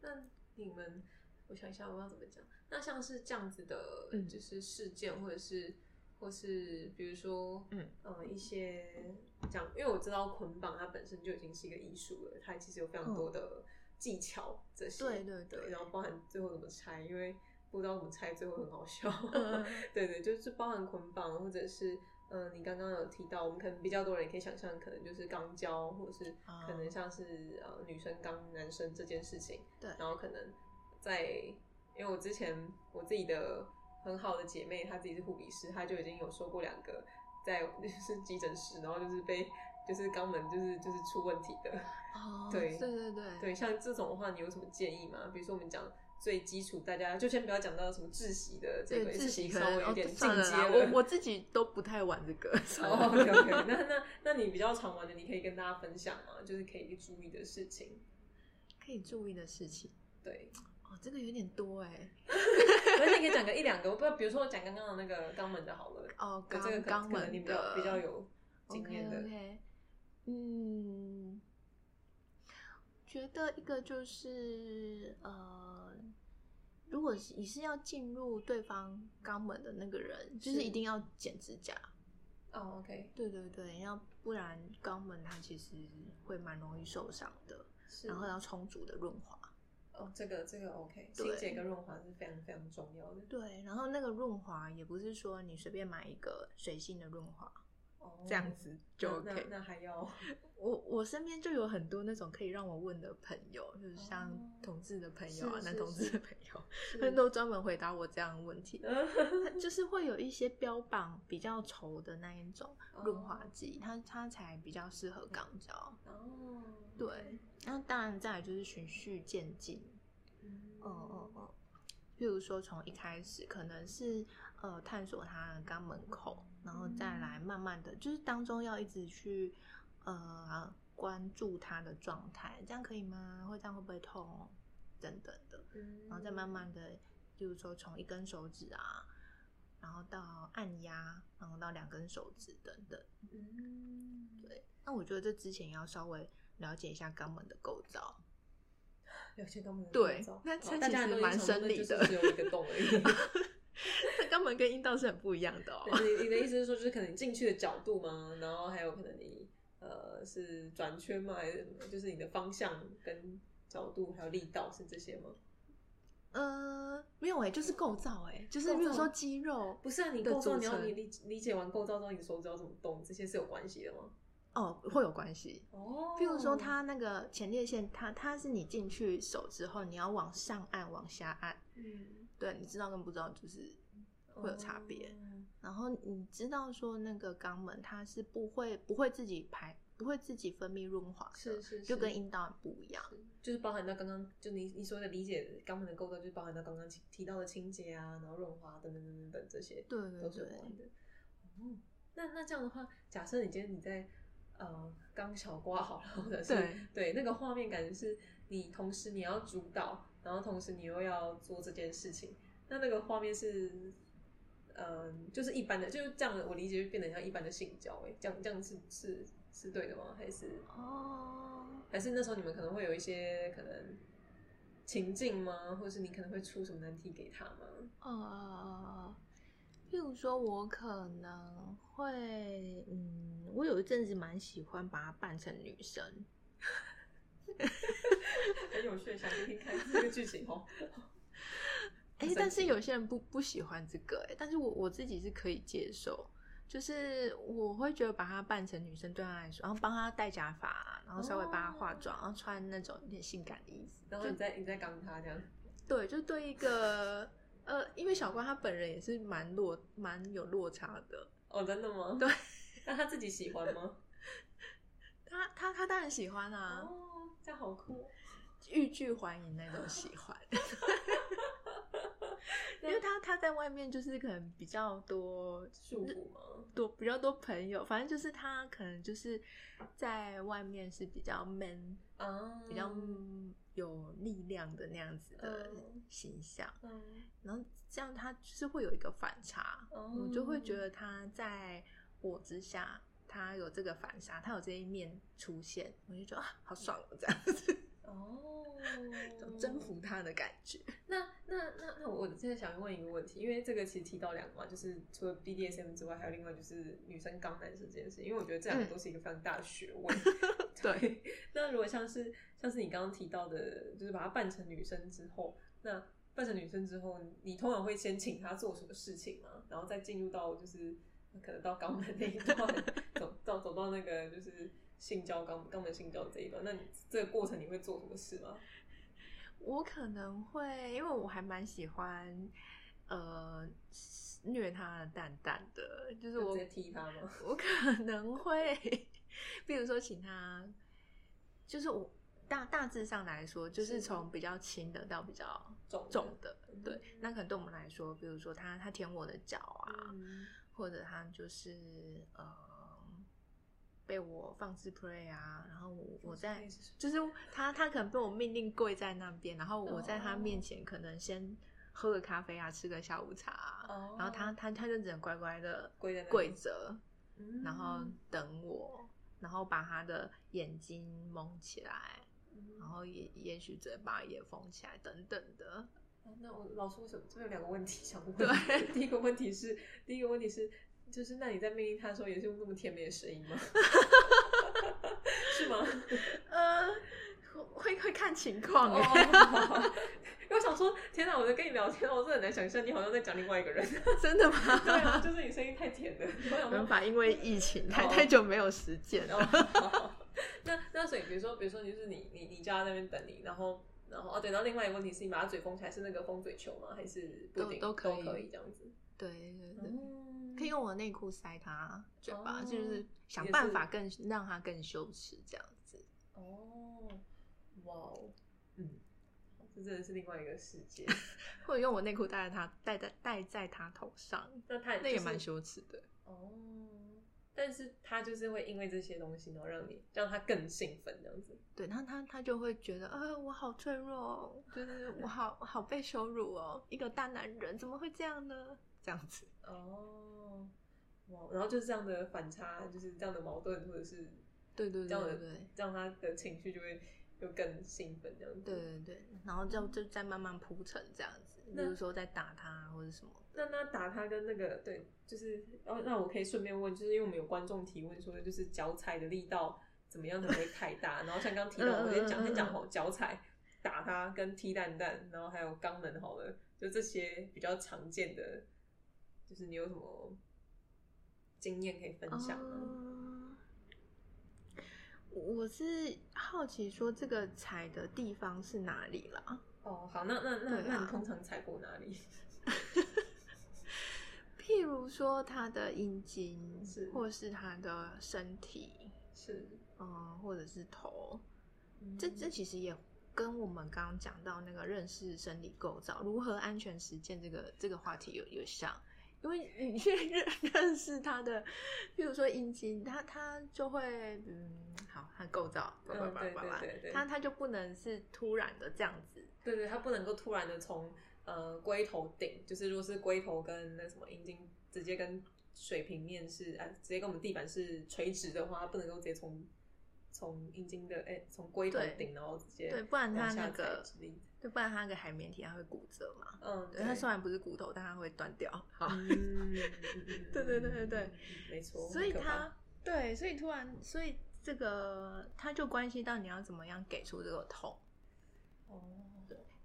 那你们，我想一下，我要怎么讲？那像是这样子的，嗯就是事件，或者是，或是比如说， 嗯呃，一些讲，因为我知道捆绑它本身就已经是一个艺术了，它其实有非常嗯多的技巧，这些，对对对然后包含最后怎么拆，因为不知道怎么拆，最后很好笑，嗯 对对，就是包含捆绑，或者是呃，你刚刚有提到，我们可能比较多人也可以想象，可能就是肛交，或者是啊可能像是、呃女生肛男生这件事情，对然后可能在，因为我之前我自己的很好的姐妹，她自己是护理师，她就已经有说过两个在 就是急诊室，然后就是被就是肛门就是就是出问题的，哦，对对对对对，像这种的话，你有什么建议吗？比如说我们讲。最基础，大家就先不要讲到什么窒息的这个，对自己可稍微能有哦点进算了阶啦，了我我自己都不太玩 这个，算哦了 OK OK，那那那你比较常玩的，你可以跟大家分享吗？就是可以注意的事情。可以注意的事情 对，哦，这个有点多哎。而且可以讲个一两个，我不知道，比如说我讲刚刚的那个肛门的好了，哦，对肛这个可可肛能门你比的较比较有经验的 o k o k 嗯，觉得一个就是呃，如果是你是要进入对方肛门的那个人，就是是一定要剪指甲。哦，OK，对对对，要不然肛门它其实会蛮容易受伤的，是然后要充足的润滑。哦，这个这个 OK，对清洁跟润滑是非常非常重要的。对，然后那个润滑也不是说你随便买一个随性的润滑，哦，这样子就那 OK。那那还要我我身边就有很多那种可以让我问的朋友，就是像哦同志的朋友啊，是男是同志是。的朋友，他们都专门回答我这样的问题 嗯它就是会有一些标榜比较稠的那一种润滑剂，它它才比较适嗯合肛交。哦，对，那当然再来就是循序渐进，嗯，嗯嗯嗯，譬如说从一开始可能是呃探索它的肛门口，然后再来慢慢的，就是当中要一直去呃关注它的状态，这样可以吗？会这样会不会痛？等等的，嗯然后再慢慢的，譬如说从一根手指啊，然后到按压，然后到两根手指等等。嗯，对，那我觉得这之前要稍微了解一下肛门的构造。有些肛门的对构造那哦它大其家都实已经蛮想说生那理就是的只有一个洞 而已。 肛门跟阴道是很不一样的哦。对你你的意思是说，就是可能你进去的角度吗？然后还有可能你呃是转圈吗？还是什么？就是你的方向跟角度还有力道是这些吗？呃，没有哎、就是构造哎、就是构造比如说肌肉不是啊，你的构造组你要成你理理解完构造之后，你手指要怎么动，这些是有关系的吗？哦会有关系。哦譬如说，它那个前列腺，它它是你进去手之后，你要往上按，往下按，嗯对，你知道跟不知道就是会有差别。哦然后你知道说那个肛门它是不会不会自己排，不会自己分泌润滑的，是是就是跟阴道很不一样。就是包含到刚刚就你你说的理解肛门的构造，就是包含到刚刚提提到的清洁啊，然后润滑等等等等等这些。对对都是有对关，的。哦，那那这样的话，假设你今天你在呃刚小瓜好了，或者是对那个画面感是你同时你要主导，然后同时你又要做这件事情，那那个画面是。嗯，就是一般的，就是这样的。我理解就变得像一般的性交、欸，哎，这样这样是是是对的吗？还是哦，还是那时候你们可能会有一些可能情境吗？或者是你可能会出什么难题给他吗？ 呃，譬如说，我可能会，嗯，我有一阵子蛮喜欢把它扮成女生，很有趣，想听听看 这个剧情哦。哎、神但是奇有些人不不喜欢这个、哎，但是我我自己是可以接受，就是我会觉得把她扮成女生对她来说，然后帮她戴假发，啊然后稍微帮她化妆，然后穿那种有点性感的衣服，然后你再你再刚他这样，对，就对一个呃，因为小关她本人也是蛮落蛮有落差的，哦，真的吗？对。那他自己喜欢吗？她她她当然喜欢啊，哦，这样好酷。欲拒还迎那种喜欢，因为她她在外面就是可能比较多束缚吗？多比较多朋友，反正就是她可能就是在外面是比较 man、啊，比较有力量的那样子的嗯形象，嗯然后这样她就是会有一个反差，哦我就会觉得她在我之下。她有这个反杀，她有这一面出现，我就觉得啊，好爽哦，这样子，哦有，征。服她的感觉。那那那那，我现在想问一个问题，因为这个其实提到两个嘛，就是除了 BDSM 之外，还有另外就是女生刚男生这件事，因为我觉得这两个嗯都是一个非常大的学问。对对， 那如果像是像是你刚刚提到的，就是把它扮成女生之后，那扮成女生之后，你通常会先请她做什么事情吗？然后再进入到就是可能到肛门那一段，走到走到那个就是性交肛肛门性交这一段，那你这个过程你会做什么事吗？我可能会，因为我还蛮喜欢，呃，虐他的蛋蛋的，就是就我直接踢他吗？我可能会，比如说请他，就是我大大致上来说，就是是从比较轻的到比较重的重的，对嗯，那可能对我们来说，比如说他他舔我的脚啊，嗯或者他就是呃被我放置 play 啊，然后我我在就是他，他可能被我命令跪在那边，然后我在他面前可能先喝个咖啡啊，吃个下午茶啊、哦然后他他他就只能乖乖的跪在那里跪着，嗯然后等我，然后把他的眼睛蒙起来，嗯然后也也许嘴巴也封起来，等等的。啊那我老师为什么这边有两个问题想问？对， 第一个问题是，第一个问题是，就是那你在命令他的时候也是用那么甜美的声音吗？ 是吗？呃，会会看情况哦哎、好好好因为我想说，天哪，我在跟你聊天，我真的很难想象你好像在讲另外一 个人。 真的吗？对啊，就是你声音太甜了。我想没办说，法，因为疫情太哦太久没有实践了。哦好好那那所以，比如说，比如说，就是你你你叫他在那边等你，然后然后哦对，然后另外一个问题是你把他嘴封起来，是那个封嘴球吗？还是不一定都都可以这样子？对对对。嗯可以用我的内裤塞他嘴巴，哦就是想也办是法更让他更羞耻这样子。哦，哇哦，嗯，这真的是另外一个世 界。或者用我内裤戴在他戴在戴在他头上，那他、就是、那也蛮羞耻的。哦，但是他就是会因为这些东西，然后让你让他更兴奋这样子。对，那他他就会觉得，呃，我好脆弱哦，就是我好好被羞辱哦，一个大男人怎么会这样呢？这样子，哦，哇，然后就是这样的反差，就是这样的矛盾，或者是对对这对样对的对让他的情绪就会又更兴奋这样子。对对对，然后就就再慢慢铺陈这样子，比那如说再打他或者什么的。那那打他跟那个对，就是哦，那我可以顺便问，就是因为我们有观众提问说，就是脚踩的力道怎么样才不会太 大？然后像刚提到，我先嗯嗯讲嗯先嗯讲好脚踩打他跟踢蛋蛋，然后还有肛门好了，就这些比较常见的，就是你有什么经验可以分享吗？哦我哦我是好奇说这个踩的地方是哪里啦？哦，好，那那那、对啊那你通常踩过哪里？譬如说他的阴茎，是或是他的身体，是嗯，或者是头，这这嗯其实也跟我们刚刚讲到那个认识生理构造、如何安全实践这个这个话题有有像。因为你去认 认识他的，譬如说阴茎，他他就会嗯，好，他构造，叭叭叭嗯对叭对叭对对他他就不能是突然的这样子，对对，它不能够突然的从呃龟头顶，就是如果是龟头跟那什么阴茎直接跟水平面是，啊，直接跟我们地板是垂直的话，它不能够直接从从阴茎的哎，从龟头对顶，然后直接对，不然它往那啊下踩个，之类的。对，不然它那个海绵体它会骨折嘛。嗯，对，它虽然不是骨头，但它会断掉。 好，嗯，对对对对对对，嗯没错。 所以很可怕它对，所以突然，所以这个它就关系到你要怎么样给出这个痛，哦，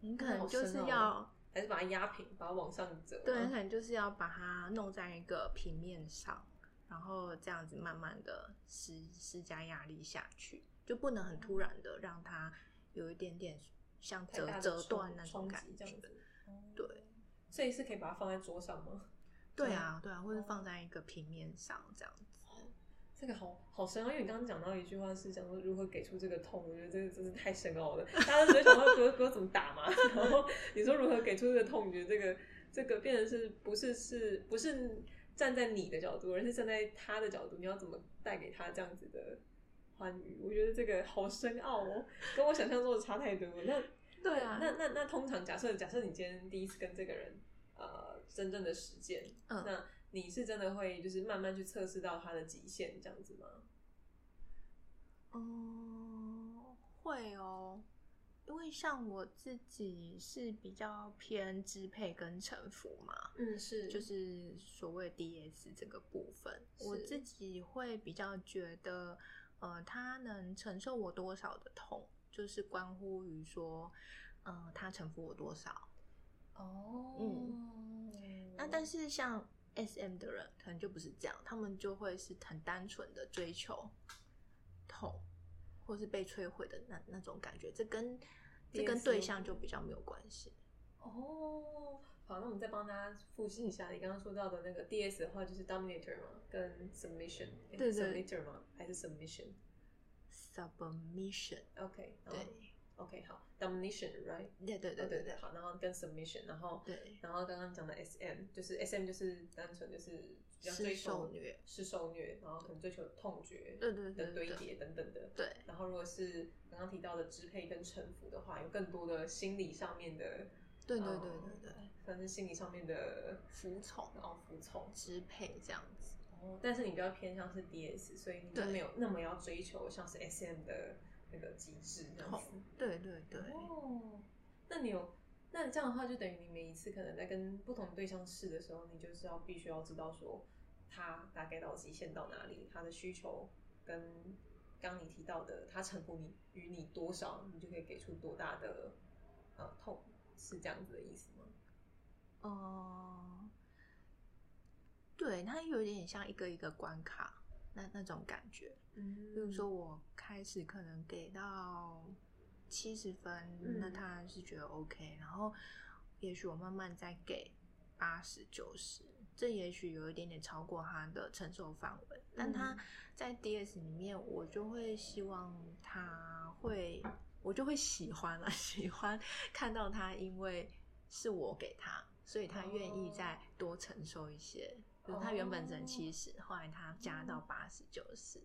你可那能好就深是奥哦嗯要、还是把它压平，把它往上折。对，你可能就是要把它弄在一个平面上，然后这样子慢慢的施施加压力下去，就不能很突然的让它有一点点像太折大的折冲断那种冲感击这觉样。子。对哦，所以是可以把它放在桌上吗？对啊，对啊，或者哦放在一个平面上这样子。这个好好深奥，啊因为你刚刚讲到一句话是讲说如何给出这个痛，我觉得这个真是太深奥了。大家都只会想到哥哥怎么打嘛，然后你说如何给出这个痛，你觉得这个这个变成是不是是不是站在你的角度，而是站在他的角度，你要怎么带给他这样子的欢愉？我觉得这个好深奥哦，跟我想象中的差太多了。那对啊，那那那通常假设假设你今天第一次跟这个人呃真正的实践，嗯那你是真的会就是慢慢去测试到他的极限这样子吗？嗯，会哦，因为像我自己是比较偏支配跟臣服嘛，嗯，是就是所谓 DS 这个部分，我是自己会比较觉得，呃，他能承受我多少的痛，就是关乎于说，呃，他臣服我多少。哦，嗯那但是像 SM 的人，可能就不是这样，他们就会是很单纯的追求痛，或是被摧毁的那那种感觉，这跟这跟 DS 对象就比较没有关系。哦。好，那我们再帮大家复习一下你刚刚说到的那个 DS 的话，就是 dominator 嘛，跟 submission，诶对对 submitter 吗？还是 submission？OK，、然 Submission，后对， ，OK，好，domination，right？对对对哦对对对好，然后跟 submission，然后对，然后刚刚讲的 SM，就是 SM 就是单纯就是比较追是受求虐，是受虐，然后可能追求痛觉对对的对对堆对叠等等的。对。然后如果是刚刚提到的支配跟臣服的话，有更多的心理上面的，对对嗯对对对，算是心理上面的服从、然后服从。支配这样子。哦，但是你比较偏向是 DS，所以你就对没有那么要追求像是 SM 的那个极致这样好子。对对对，哦，那你有，那这样的话就等于你每一次可能在跟不同对象试的时候，你就是要必须要知道说他大概到极限到哪里，他的需求跟刚你提到的他臣服你于你多少，你就可以给出多大的呃痛，是这样子的意思吗？嗯，对，它有点像一个一个关卡那那种感觉。嗯比如说我开始可能给到七十分，那嗯他是觉得 OK，然后也许我慢慢再给八十、九十，这也许有一点点超过他的承受范围。但他嗯在 DS 里面，我就会希望他会，我就会喜欢了， 喜欢看到他，因为是我给他，所以他愿意哦再多承受一些。比如他原本只能哦七十，后来他加到八十、九十。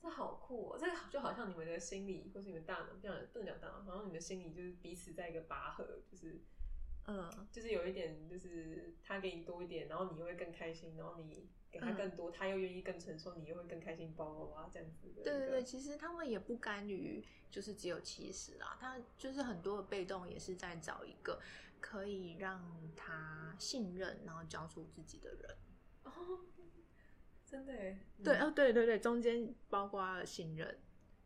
这好酷哦！这个就好像你们的心理或是你们大脑，不讲不能讲大脑，好像你们的心理就是彼此在一个拔河，就是嗯，就是有一点，就是他给你多一点，然后你又会更开心，然后你给他更多，他又愿意更承受，你又会更开心，包包啊这样子的一个。嗯对对对，其实他们也不甘于就是只有七十啦，他就是很多的被动也是在找一个可以让他信任，然后交出自己的人。哦，真的耶。对，哦，对对对，中间包括了信任，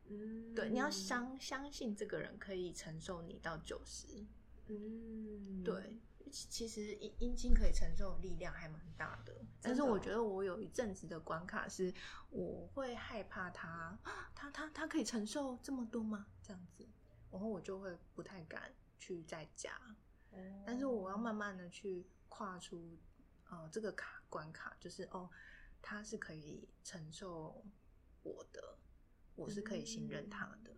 嗯，对，你要相相信这个人可以承受你到九十，嗯，对。其其实阴阴茎可以承受的力量还蛮大的，但是真的哦我觉得我有一阵子的关卡是，我会害怕 他，他他他可以承受这么多吗？这样子，然后我就会不太敢去再加，哦，但是我要慢慢的去跨出，呃，这个卡关卡，就是哦，他是可以承受我的，我是可以信任他的，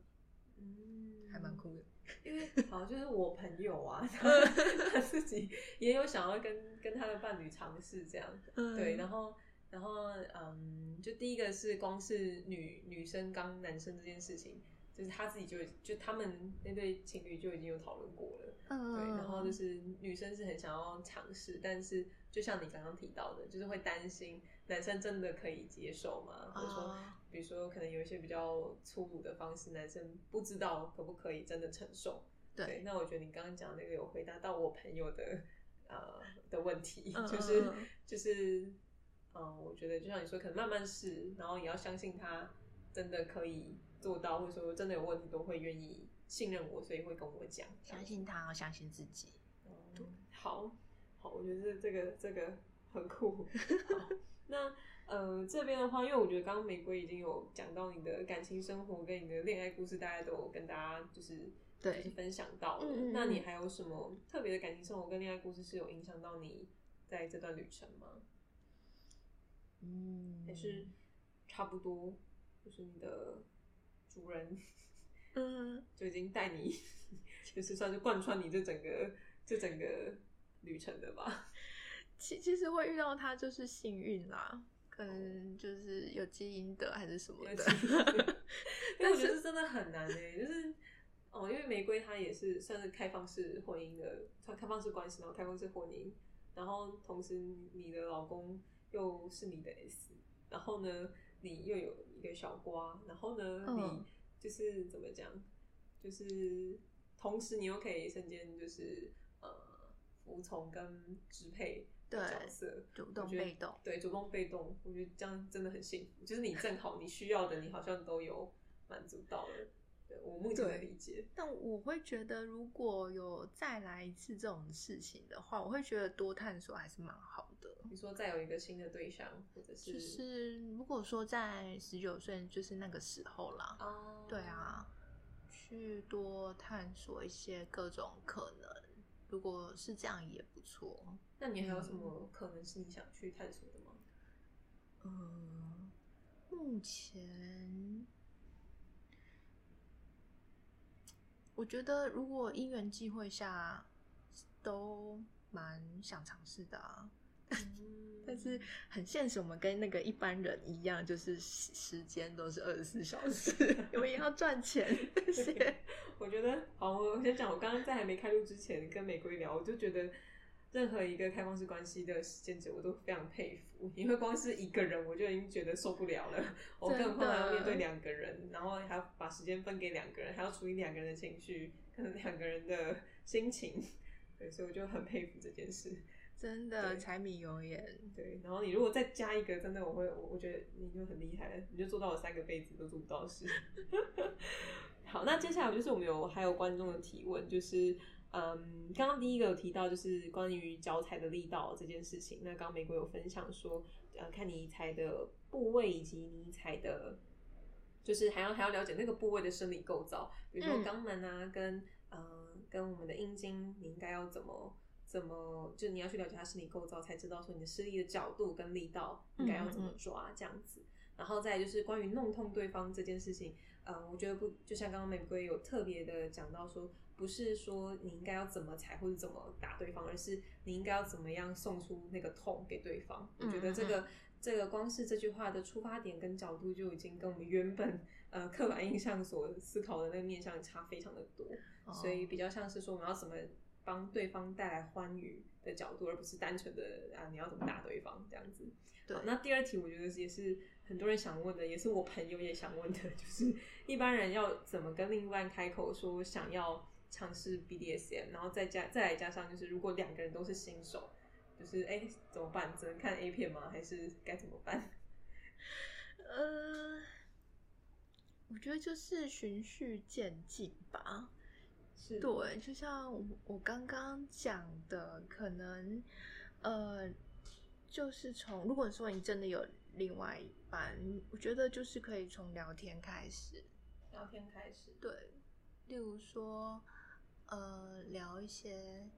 嗯，还蛮酷的。因为好像就是我朋友 啊，他他自己也有想要跟跟他的伴侣尝试这样，嗯对，然后然后嗯，就第一个是光是女女生刚男生这件事情，就是他自己就就他们那对情侣就已经有讨论过了，嗯，对，然后就是女生是很想要尝试，但是就像你刚刚提到的，就是会担心男生真的可以接受吗？或者说哦啊，比如说可能有一些比较粗鲁的方式，男生不知道可不可以真的承受。对，对，那我觉得你刚刚讲那个有回答到我朋友的呃的问题，嗯就是嗯嗯就是嗯、呃我觉得就像你说，可能慢慢试，然后也要相信他真的可以做到，或者说真的有问题都会愿意信任我，所以会跟我讲。相信他，要相信自己。嗯好，好，我觉得这这个这个很酷。好，那呃这边的话，因为我觉得刚刚玫瑰已经有讲到你的感情生活跟你的恋爱故事，大家都有跟大家就是对就是分享到了。嗯嗯嗯那你还有什么特别的感情生活跟恋爱故事是有影响到你在这段旅程吗？嗯，还是差不多，就是你的主人 嗯，就已经带你， 就是算是贯穿你这整个这整个旅程的吧？其其实会遇到他就是幸运啦，可能就是有基因的还是什么的。但我觉得这真的很难诶、就是哦，因为玫瑰它也是算是开放式婚姻的，它开放式关系，然后开放式婚姻，然后同时你的老公又是你的 S，然后呢，你又有一个小瓜，然后呢，嗯你就是怎么讲，就是同时你又可以身兼就是呃服从跟支配的对角色， 主我动觉得被动，对，主动被动，我觉得这样真的很幸福。就是你正好你需要的，你好像都有满足到了。对我目前的理解，但我会觉得，如果有再来一次这种事情的话，我会觉得多探索还是蛮好的。你说再有一个新的对象，或者是就是如果说在十九岁，就是那个时候啦，啊，对，啊，去多探索一些各种可能，如果是这样也不错。那你还有什么可能是你想去探索的吗？嗯，目前我觉得如果因缘际会下，都蛮想尝试的啊。嗯 但是很现实，我们跟那个一般人一样，就是时时间都是二十四小 时，我们也要赚钱。这些 我觉得，好，我先讲，我刚刚在还没开录之前跟玫瑰聊，我就觉得任何一个开放式关系的实践者，我都非常佩服，因为光是一个人，我就已经觉得受不了了， 我更何况还要面对两个人，然后还要把时间分给两个人，还要处理两个人的情绪，可能两个人的心情，对，所以我就很佩服这件事。真对的柴米油盐，对，然后你如果再加一个，真的我会，我我觉得你就很厉害了，你就做到了三个杯子都做不到的事。 好，那接下来就是我们有还有观众的提问，就是嗯，刚刚第一个有提到就是关于脚踩的力道这件事情。那刚刚玫瑰有分享说，呃，看你踩的部位以及你踩的，就是还要还要了解那个部位的生理构造，比如说嗯肛门啊，跟呃跟我们的阴茎，你应该要怎么怎么，就你要去了解它生理构造，才知道说你的施力的角度跟力道应该要怎么嗯嗯抓这样子。然后再来就是关于弄痛对方这件事情，呃，我觉得不，就像刚刚玫瑰有特别的讲到说，不是说你应该要怎么踩或者怎么打对方，而是你应该要怎么样送出那个痛给对方。我嗯觉得这个这个光是这句话的出发点跟角度就已经跟我们原本呃刻板印象所思考的那个面向差非常的多。所哦以比较像是说我们要怎么帮对方带来欢愉的角度，而不是单纯的啊你要怎么打对方这样子。对好那第二题我觉得也是很多人想问的，也是我朋友也想问的， 就是一般人要怎么跟另一半开口说想要尝试 BDSM，然后再加再来加上就是如果两个人都是新手，就是哎、怎么办？只能看 A 片吗？还是该怎么办？ 呃，我觉得就是循序渐进吧。是对，就像我我刚刚讲的，可能呃，就是从如果说你真的有另外一半，我觉得就是可以从聊天开始。聊天开始，对，例如说呃，聊一些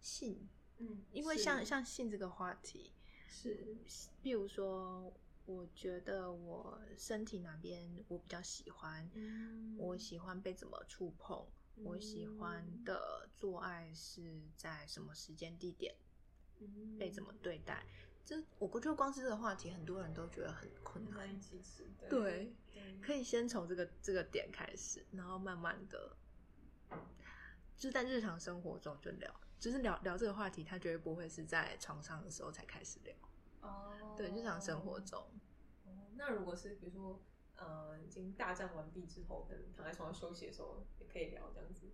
性，嗯，因为是像像性这个话题，是譬如说，我觉得我身体哪边我比较喜欢，嗯我喜欢被怎么触碰，我喜欢嗯嗯的做爱是在什么时间地点，被怎么对待，这我不觉得光是这个话题，很多人都觉得很困很难。难以启齿。对，对可以先从这个这个点开始，然后慢慢的，就是在日常生活中就聊，就是聊聊这个话题，他绝对不会是在床上的时候才开始聊。哦，对，日常生活中，哦。那如果是比如说，呃，已经大战完毕之后，可能躺在床上休息的时候，也可以聊这样子，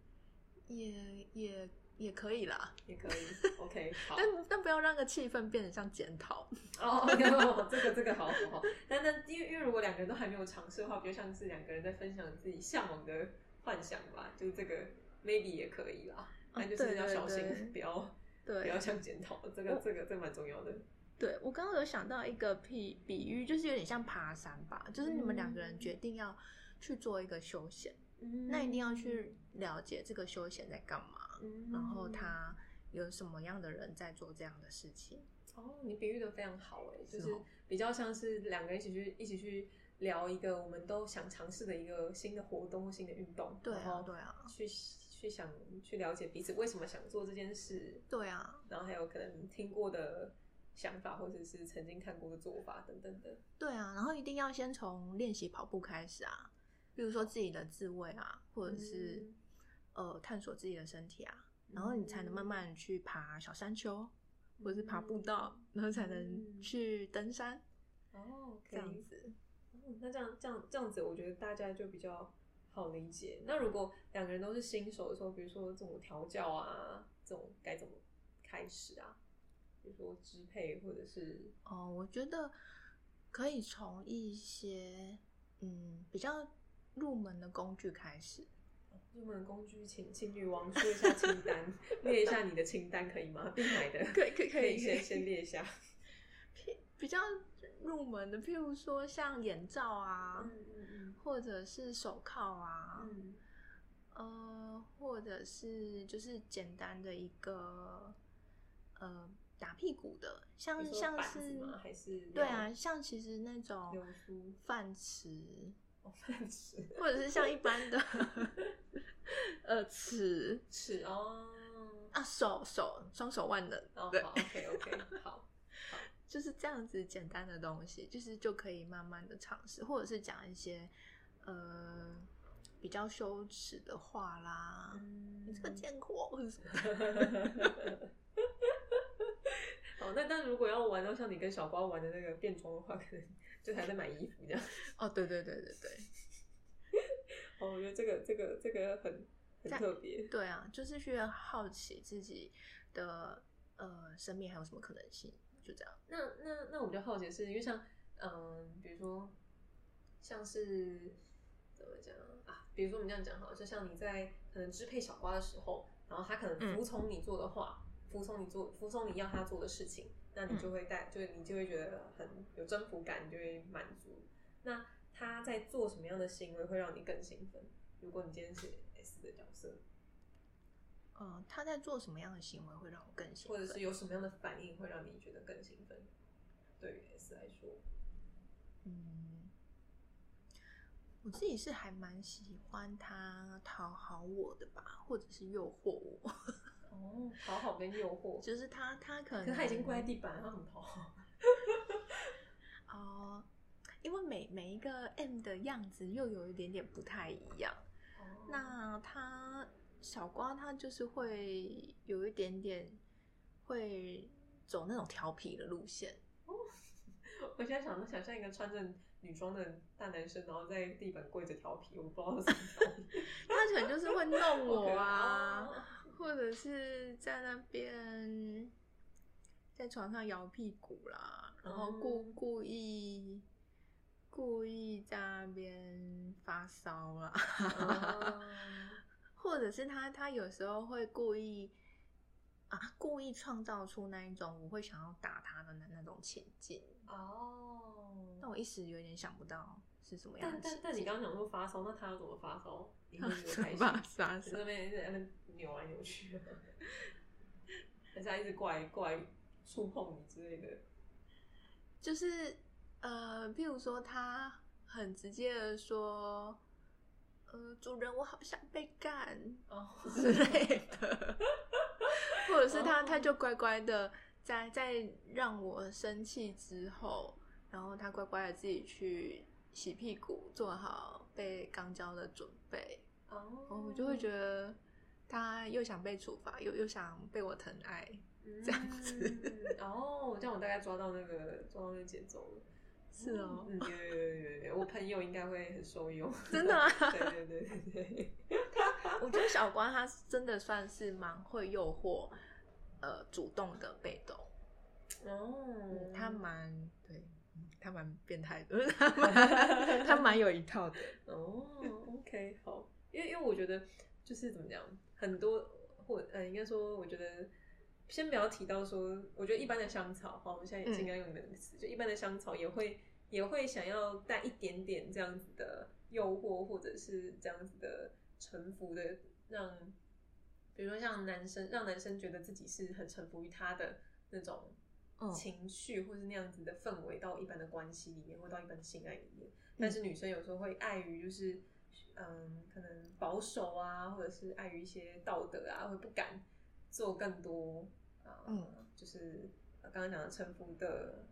也也也可以啦，也可以。OK，好。 但但不要让个气氛变得像检讨。 哦，OK，哦 这个这个好好好。但但因为因为如果两个人都还没有尝试的话，比较像是两个人在分享自己向往的幻想吧，就是这个 maybe 也可以啦。但就是要小心，啊对对对不要不对要像检讨，这个我这个这蛮重要的。对，我刚刚有想到一个比比喻，就是有点像爬山吧，就是你们两个人决定要去做一个休闲，嗯那一定要去了解这个休闲在干嘛。嗯然后他有什么样的人在做这样的事情。哦，你比喻的非常好哎，就是是哦比较像是两个人一起去一起去聊一个我们都想尝试的一个新的活动、新的运动，对然啊，后对啊，去去想去了解彼此为什么想做这件事，对啊，然后还有可能听过的想法，或者是曾经看过的做法等等的。对啊。然后一定要先从练习跑步开始啊，比如说自己的自慰啊，或者是、嗯呃探索自己的身体啊，然后你才嗯能慢慢去爬小山丘，或者是爬步道，然后才能嗯去登山、哦，这样子。嗯，那这样这样这样子，我觉得大家就比较好理解。那如果两个人都是新手的时候，比如说这种调教啊，这种该怎么开始啊？比如说支配或者是哦，我觉得可以从一些嗯比较入门的工具开始。入门工具，请请女王说一下清单， 列一下你的清单可以吗？必买的，可以可以 可可以以可以先先列一下。比较入门的，譬如说像眼罩啊，嗯或者是手铐啊，嗯呃，或者是就是简单的一个呃打屁股的，像你说像板子是吗还是对要啊，像其实那种流苏饭匙，哦， 饭吃或者是像一般 的呃尺吃哦。啊手手双手万能，哦，对，好，OK OK，好，就是这样子简单的东西，就是就可以慢慢的尝试，或者是讲一些呃比较羞耻的话啦，你嗯这个贱货或者什么的，哦，那但如果要玩到像你跟小瓜玩的那个变装的话，可能就还在买衣服这样。 哦，对对对对对，哦，我觉得这个这个这个很很在特别。对啊，就是去好奇自己的呃生命还有什么可能性，就这样。那那那我比较好奇的是，因为像嗯、比如说像是怎么讲啊？比如说我们这样讲好了，就像你在可能支配小瓜的时候，然后他可能嗯服从你做的话，服从你做服从你要他做的事情，那你嗯就会带，就你就会觉得很有征服感，你就会满足。那他在做什么样的行为会让你更兴奋？如果你今天是 S 的角色，呃，他在做什么样的行为会让我更兴或奋？者是有什么样的反应会让你觉得更兴奋？对于 S 来说，嗯，我自己是还蛮喜欢他讨好我的吧，或者是诱惑我。 哦，讨好跟诱惑，就是他，他可能可他已经跪在地板，他很讨好。哦、因为每每一个 M 的样子又有一点点不太一样。那他小瓜他就是会有一点点会走那种调皮的路线， 我现在想到想象一个穿着女装的大男生，然后在地板跪着调皮，我不知道是什么调皮。他可能就是会弄 我啊 OK，哦或者是在那边在床上摇屁股啦，然后故嗯故意故意在那边发烧啦。哦 或者是他他有时候会故意啊，故意创造出那一种我会想要打他的那那种情境，哦但我一时有点想不到是什么样但的情但境。但 你刚刚讲说发烧，那他要怎么发烧？你会觉得什开么心？啥在那边一直在那边扭来扭去， 还是他一直过来过来触碰你之类的？就是呃，譬如说他很直接的说，呃，主人我好想被干哦，之类的，或者是他哦他就乖乖的。在在让我生气之后，然后他乖乖的自己去洗屁股，做好被肛交的准备，哦我就会觉得他又想被处罚，又又想被我疼爱，这样子嗯哦，这样我大概抓到那个抓到那个节奏了。是哦，嗯，有有有有有，我朋友应该会很受用。真的啊 对对对对对。我觉得小关他真的算是蛮会诱惑，呃，主动的被动，哦嗯，他蛮对，嗯他蛮变态的，他 蛮他蛮有一套的，哦，OK，好，因为因为我觉得就是怎么讲，很多或呃，应该说，我觉得先不要提到说，我觉得一般的香草，好，我们现嗯在也是应该用你们的词，就一般的香草也会也会想要带一点点这样子的诱惑，或者是这样子的臣服的，让比如说像男生让男生觉得自己是很臣服于他的那种嗯情绪，或是那样子的氛围到一般的关系里面，或到一般的性爱里面。嗯但是女生有时候会碍于就是，嗯，可能保守啊，或者是碍于一些道德啊，会不敢做更多啊、呃嗯就是呃刚刚讲的臣服的，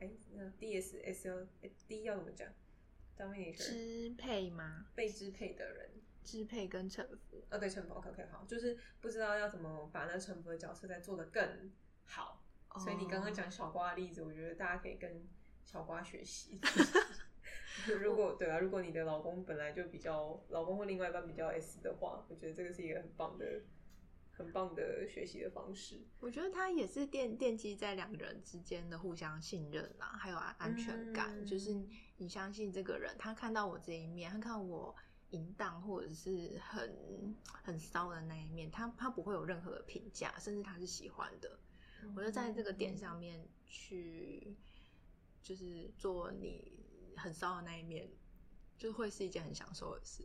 哎，那 D S S L D 要怎么讲？dominator 支配吗？被支配的人，支配跟臣服，啊，对，臣服，OK OK，好，就是不知道要怎么把那臣服的角色再做得更好。所以你刚刚哦讲小瓜的例子，我觉得大家可以跟小瓜学 习。如果对啊，如果你的老公本来就比较，老公或另外一半比较 S 的话，我觉得这个是一个很棒的、很棒的学习的方式。我觉得他也是奠奠基在两个人之间的互相信任啦，还有安安全感，嗯就是你相信这个人，他看到我这一面，他看到我淫荡或者是很很骚的那一面，他他不会有任何的评价，甚至他是喜欢的。我就在这个点上面去，就是做你很骚的那一面，就会是一件很享受的事。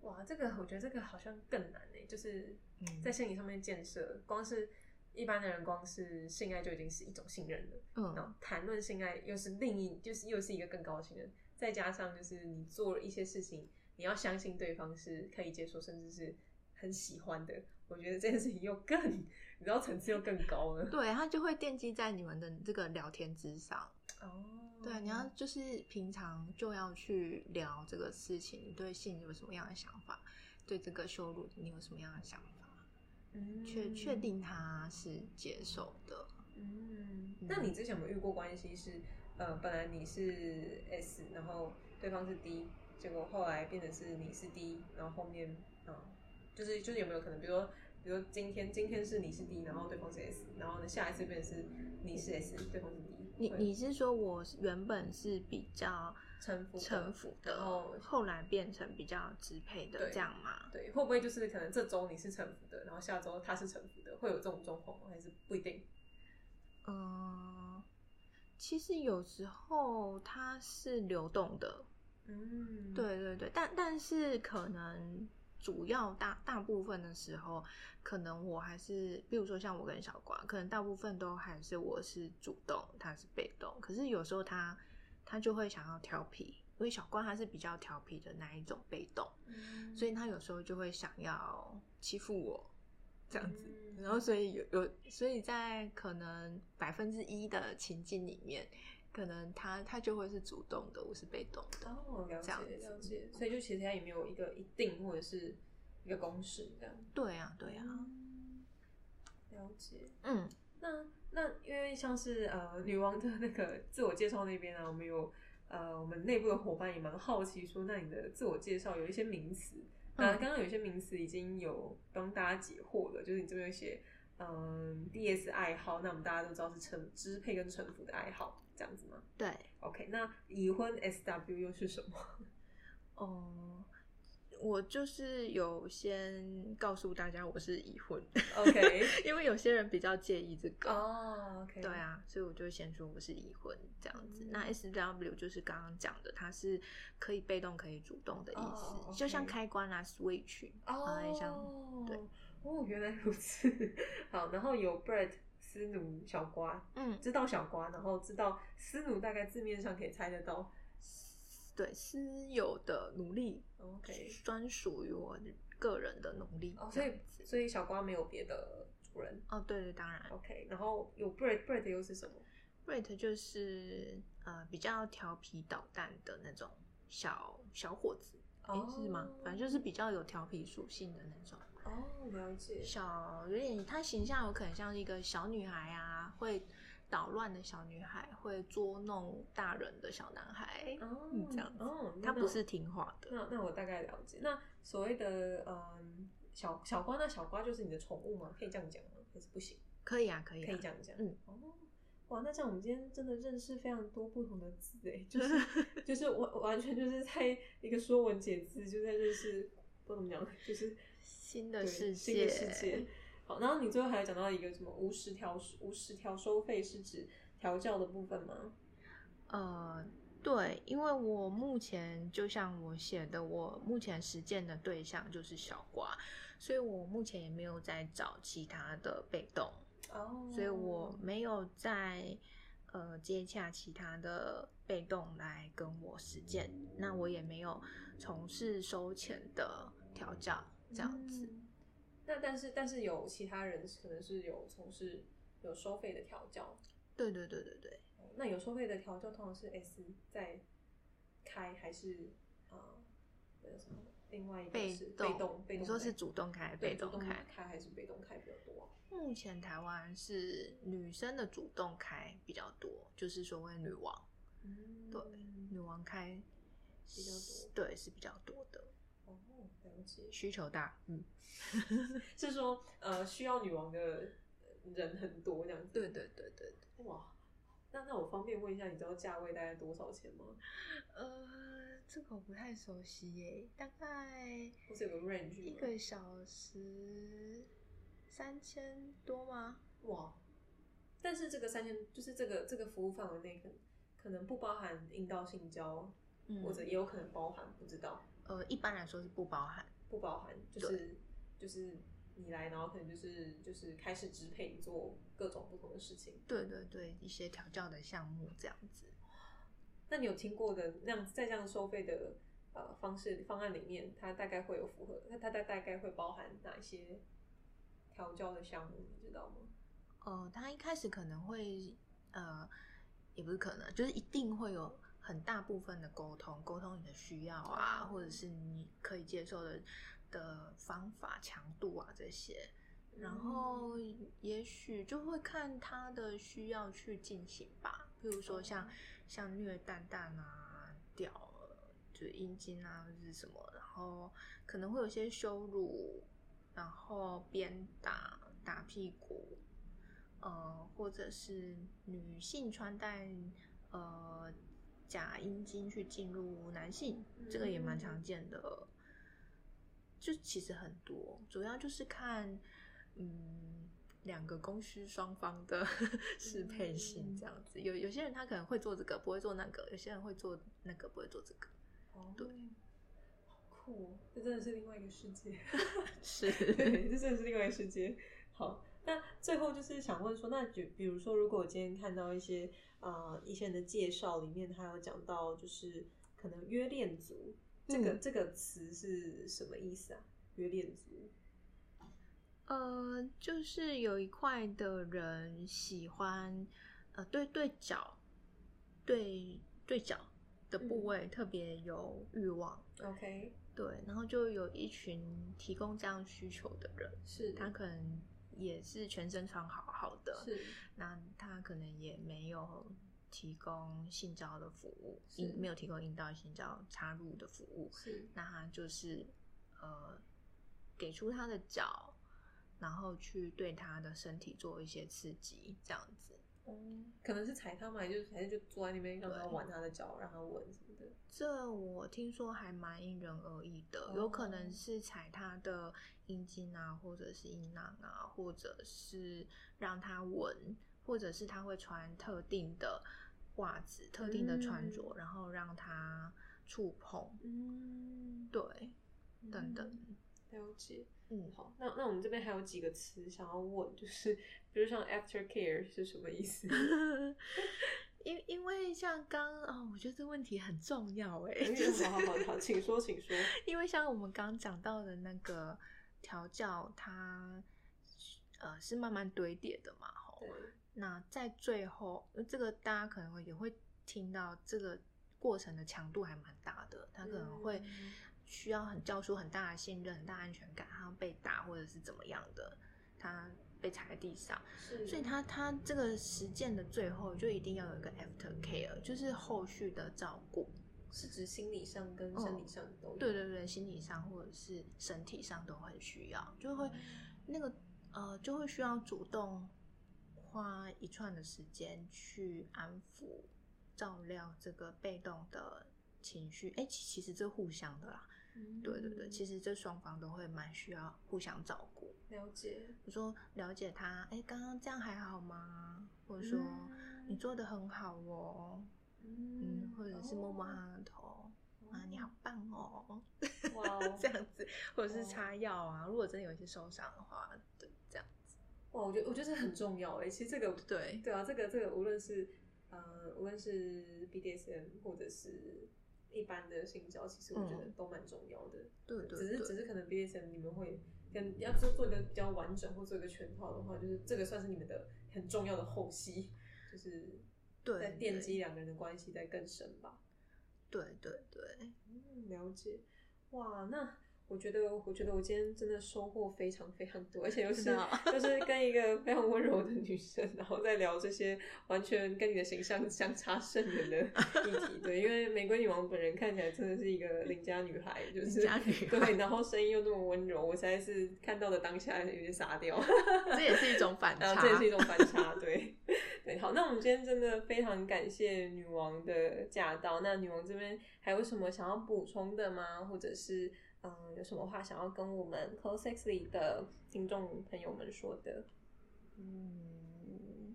哇，这个我觉得这个好像更难诶、就是嗯在心理上面建设，光是一般的人光是性爱就已经是一种信任了。然嗯后谈论性爱又是另一，就是又是一个更高的信任，再加上就是你做了一些事情，你要相信对方是可以接受，甚至是很喜欢的。我觉得这件事情又更，你知道层次又更高了。对，他就会奠基在你们的这个聊天之上。哦，对，啊你要就是平常就要去聊这个事情，你对性有什么样的想法，对这个羞辱你有什么样的想法，嗯确确，定他是接受的。嗯，那你之前有没有遇过关系是，呃，本来你是 S，然后对方是 D，结果后来变成是你是 D，然后后面，嗯，就是就是有没有可能，比如说，比如说今天今天是你是 D，然后对方是 S，然后呢下一次变成是你是 S，对方是 D，你会你是说我原本是比较臣服的臣服的，然后后来变成比较支配的对这样吗？对会不会就是可能这周你是臣服的，然后下周他是臣服的，会有这种状况吗？还是不一定？嗯，其实有时候它是流动的，嗯，对对对，但但是可能主要大大部分的时候，可能我还是，比如说像我跟小瓜，可能大部分都还是我是主动，他是被动。可是有时候他他就会想要调皮，因为小瓜他是比较调皮的那一种被动，嗯，所以他有时候就会想要欺负我这样子。嗯然后所以有有，所以在可能百分之一的情境里面，可能他他就会是主动的，我是被动的。哦，了这解样子了解，所以就其实它也没有一个一定或者是一个公式这样。对啊，对啊。嗯了解。嗯那那因为像是呃女王的那个自我介绍那边啊，我们有呃我们内部的伙伴也蛮好奇说，那你的自我介绍有一些名词，那嗯刚刚有一些名词已经有帮大家解惑了，就是你这边有写嗯 D S 爱好，那我们大家都知道是臣支配跟臣服的爱好这样子吗，对， ？OK，那已婚 S W 又是什么？哦、我就是有先告诉大家我是已婚， OK， 因为有些人比较介意这个。哦，OK，对，啊，所以我就先说我是已婚这样子。嗯那 S W 就是刚刚讲的，它是可以被动可以主动的意思，哦哦就像 OK 开关啦、switch，哦哎，像对哦，原来如此。好，然后有 Brett、斯奴、小瓜，嗯，知道小瓜，然后知道斯奴，大概字面上可以猜得到。对，私有的努力 OK， 专属于我个人的努力。哦，所这样以所以小瓜没有别的主人。哦，对对，当然 OK，然后有 Brit Brit 又是什么？ ，Brit 就是呃比较调皮捣蛋的那种小小伙子，诶、是吗？反正就是比较有调皮属性的那种。哦，了解。小有点，她形象有可能像一个小女孩啊，会捣乱的小女孩，会捉弄大人的小男孩，哦嗯，这样子。哦，那她不是听话的，那那我大概了解。那所谓的嗯小小瓜，那小瓜就是你的宠物吗？可以这样讲吗？还是不行？可以啊，可以、啊，可以这样讲。嗯，哦，哇，那这样我们今天真的认识非常多不同的字诶，就是就是完完全就是在一个说文解字，就在认识不怎么讲，就是新对的世界，新的世界。好，然后你最后还有讲到一个什么无十条无十条收费是指调教的部分吗？呃，对，因为我目前就像我写的，我目前实践的对象就是小瓜，所以我目前也没有在找其他的被动，哦所以我没有在呃接洽其他的被动来跟我实践，那我也没有从事收钱的调教这样子。嗯那但是但是有其他人可能是有从事有收费的调教，对对对对对，那有收费的调教通常是 S 在开还是啊那个什么另外一个被是动，被动被动你说开是主动开还是对被主动动开？开还是被动开比较多啊？目前台湾是女生的主动开比较多，就是所谓女王，嗯对女王开比较多对是比较多的哦，了解。需求大，嗯，是说呃需要女王的人很多这样子。对对对对对，哇，那那我方便问一下，你知道价位大概多少钱吗？呃，这个我不太熟悉耶，大概或是有个 range 吗一个小时三千多吗？哇，但是这个三千就是这个这个服务范围内可能可能不包含阴道性交，嗯或者也有可能包含，不知道呃，一般来说是不包含，不包含，就是就是你来，然后可能就是就是开始支配你做各种不同的事情。对对对，一些调教的项目这样子。那你有听过的那样在这样收费的呃方式方案里面，它大概会有符合，它它大大概会包含哪一些调教的项目，你知道吗？呃，他一开始可能会呃，也不是可能，就是一定会有很大部分的沟通，沟通你的需要啊，或者是你可以接受的的方法、强度啊这些，然嗯后也许就会看他的需要去进行吧。比如说像像虐蛋蛋啊、屌呃就是阴茎啊，或者是什么，然后可能会有些羞辱，然后鞭打、打屁股，呃，或者是女性穿戴呃假阴茎去进入男性，这个也蛮常见的。就其实很多，主要就是看嗯两个供需双方的 适配性这样子。有有些人他可能会做这个，不会做那个；有些人会做那个，不会做这个。 哦，对，好酷、哦，这真的是另外一个世界。是， 对，这真的是另外一个世界。好，那最后就是想问说，那就比如说，如果我今天看到一些呃一些人的介绍里面，他有讲到就是可能约恋族这个、嗯这个词是什么意思啊？约恋族呃，就是有一块的人喜欢，呃，对对脚，对对脚的嗯部位特别有欲望， ，OK，对，然后就有一群提供这样需求的人，是他可能也是全身穿好好的，是那他可能也没有提供性交的服务，是阴没有提供阴道性交插入的服务，是那他就是呃给出他的脚，然后去对他的身体做一些刺激，这样子。嗯，可能是踩他嘛，还是还是就坐在那边让他对玩他的脚，让他闻什么的。这我听说还蛮因人而异的，有可能是踩他的阴茎啊，或者是阴囊啊，或者是让他闻，或者是他会穿特定的袜子、特定的穿着，然后让他触碰，嗯，对，等等，了解。 嗯，好，那那我们这边还有几个词想要问，就是比如像 after care 是什么意思？因因为像刚哦，我觉得这问题很重要哎，就好是好好好，请说，请说。因为像我们刚讲到的那个调教，它呃是慢慢堆叠的嘛，吼。 对，那在最后，呃这个大家可能会也会听到这个过程的强度还蛮大的，他可能会嗯需要很交出很大的信任、很大安全感，他被打或者是怎么样的，他被踩在地上，是所以他他这个实践的最后就一定要有一个 after care，就是后续的照顾，是指心理上跟生理上都有。哦对对对，心理上或者是身体上都很需要，就会嗯那个呃，就会需要主动花一串的时间去安抚、照料这个被动的情绪。哎、其其实这互相的啦，嗯，对对对，其实这双方都会蛮需要互相照顾。了解。我说了解他，哎、刚刚这样还好吗？或者说、你做的很好哦，嗯嗯，，或者是摸摸哦他的头。啊，你好棒哦！哇哦这样子，或者是哦擦药啊。如果真的有一些受伤的话，对，这样哇，我觉得我觉得这很重要哎、其实这个对，对啊，这个这个无论是呃无论是 BDSM 或者是一般的性交，其实我觉得嗯都蛮重要的。对对只是对只是可能 BDSM 你们会跟要做做一个比较完整或做一个全套的话，就是这个算是你们的很重要的后期，就是对在奠基两个人的关系在更深吧。对对对，嗯，了解。哇，那我觉得，我觉得我今天真的收获非常非常多，而且又是真的哦就是跟一个非常温柔的女生，然后再聊这些完全跟你的形象相差甚远的议题。对，因为玫瑰女王本人看起来真的是一个邻家女孩，就是邻家女孩对，然后声音又那么温柔，我实在是看到的当下有点傻掉。啊这也是一种反然差后，呃这也是一种反差，对对。好，那我们今天真的非常感谢女王的驾到。那女王这边还有什么想要补充的吗？或者是嗯，有什么话想要跟我们 Close Sex 里的听众朋友们说的？嗯，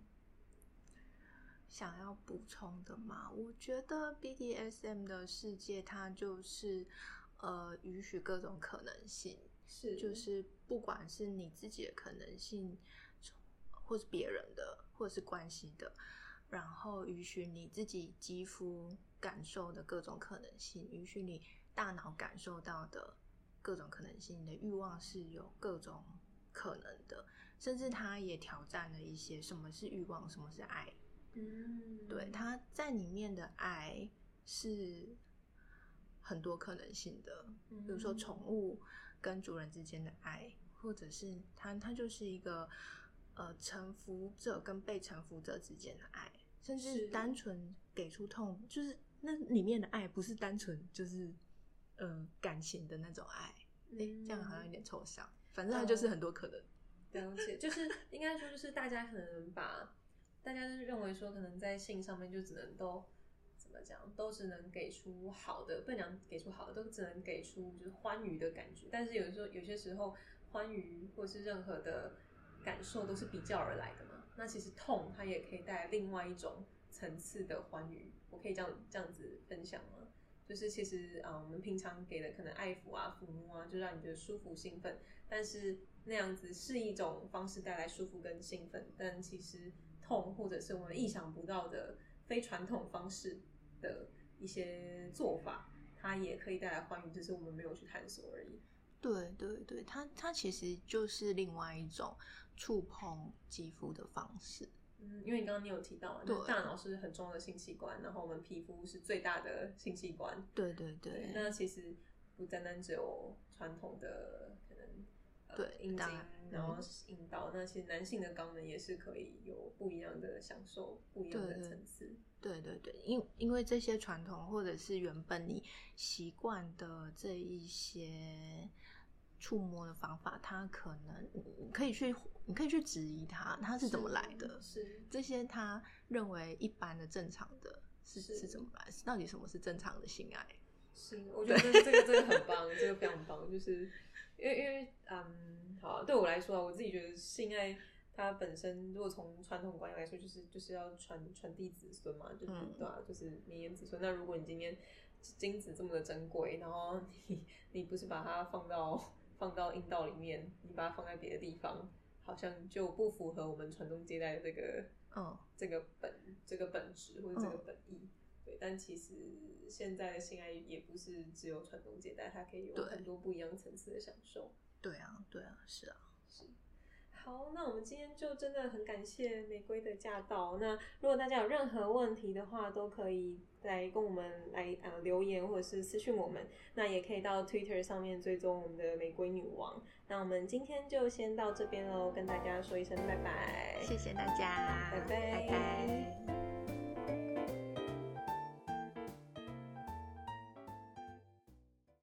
想要补充的嘛？我觉得 BDSM 的世界，它就是呃，允许各种可能性，是就是不管是你自己的可能性，或是别人的，或是关系的，然后允许你自己肌肤感受的各种可能性，允许你大脑感受到的各种可能性，你的欲望是有各种可能的，甚至它也挑战了一些什么是欲望，什么是爱，嗯，对，它在里面的爱是很多可能性的，比如说嗯宠物跟主人之间的爱，或者是它它就是一个呃臣服者跟被臣服者之间的爱，甚是至单纯给出痛，就是那里面的爱不是单纯就是呃感情的那种爱，诶，这样好像有点抽象，反正它就是嗯很多可能，了解，就是应该说，就是大家可能把大家就是认为说，可能在性上面就只能都怎么讲，都只能给出好的，不能讲给出好的，都只能给出就是欢愉的感觉。但是有时候有些时候，欢愉或是任何的感受都是比较而来的嘛。那其实痛它也可以带来另外一种层次的欢愉，我可以这样这样子分享吗？就是其实啊、呃我们平常给的可能爱抚啊、抚摸啊，就让你觉得舒服、兴奋，但是那样子是一种方式带来舒服跟兴奋，但其实痛或者是我们意想不到的非传统方式的一些做法，它也可以带来欢愉，只是我们没有去探索而已。对对对，它它其实就是另外一种触碰肌肤的方式。嗯，因为你刚刚你有提到嘛，对就是大脑是很重要的性器官，然后我们皮肤是最大的性器官，对对对对，，那其实不单单只有传统的可能。呃对阴茎当然，嗯然后阴道，那其实男性的肛门也是可以有不一样的享受，不一样的对对层次。对对对，因因为这些传统或者是原本你习惯的这一些触摸的方法，它可能你可以去你可以去质疑它，它是怎么来的？是这些他认为一般的正常的是是是怎么来？到底什么是正常的性爱？行，我觉得这个这个很棒，这个非常棒，就是因为因为嗯，好啊，对我来说啊，我自己觉得性爱它本身，如果从传统观念来说，就是就是要传传递子孙嘛，就是、嗯对啊，就是绵延子孙。那如果你今天精子这么的珍贵，然后你你不是把它放到 放到阴道里面，你把它放在别的地方，好像就不符合我们传宗接代的这个嗯，这个本这个本质或者这个本意。对，但其实现在的性爱也不是只有传宗接代，它可以有对很多不一样层次的享受。对啊，对啊，是啊，是，好，那我们今天就真的很感谢玫瑰的驾到。那如果大家有任何问题的话，都可以来跟我们来呃留言或者是私讯我们。那也可以到 Twitter 上面追踪我们的玫瑰女王。那我们今天就先到这边喽，跟大家说一声拜拜，谢谢大家，拜拜拜拜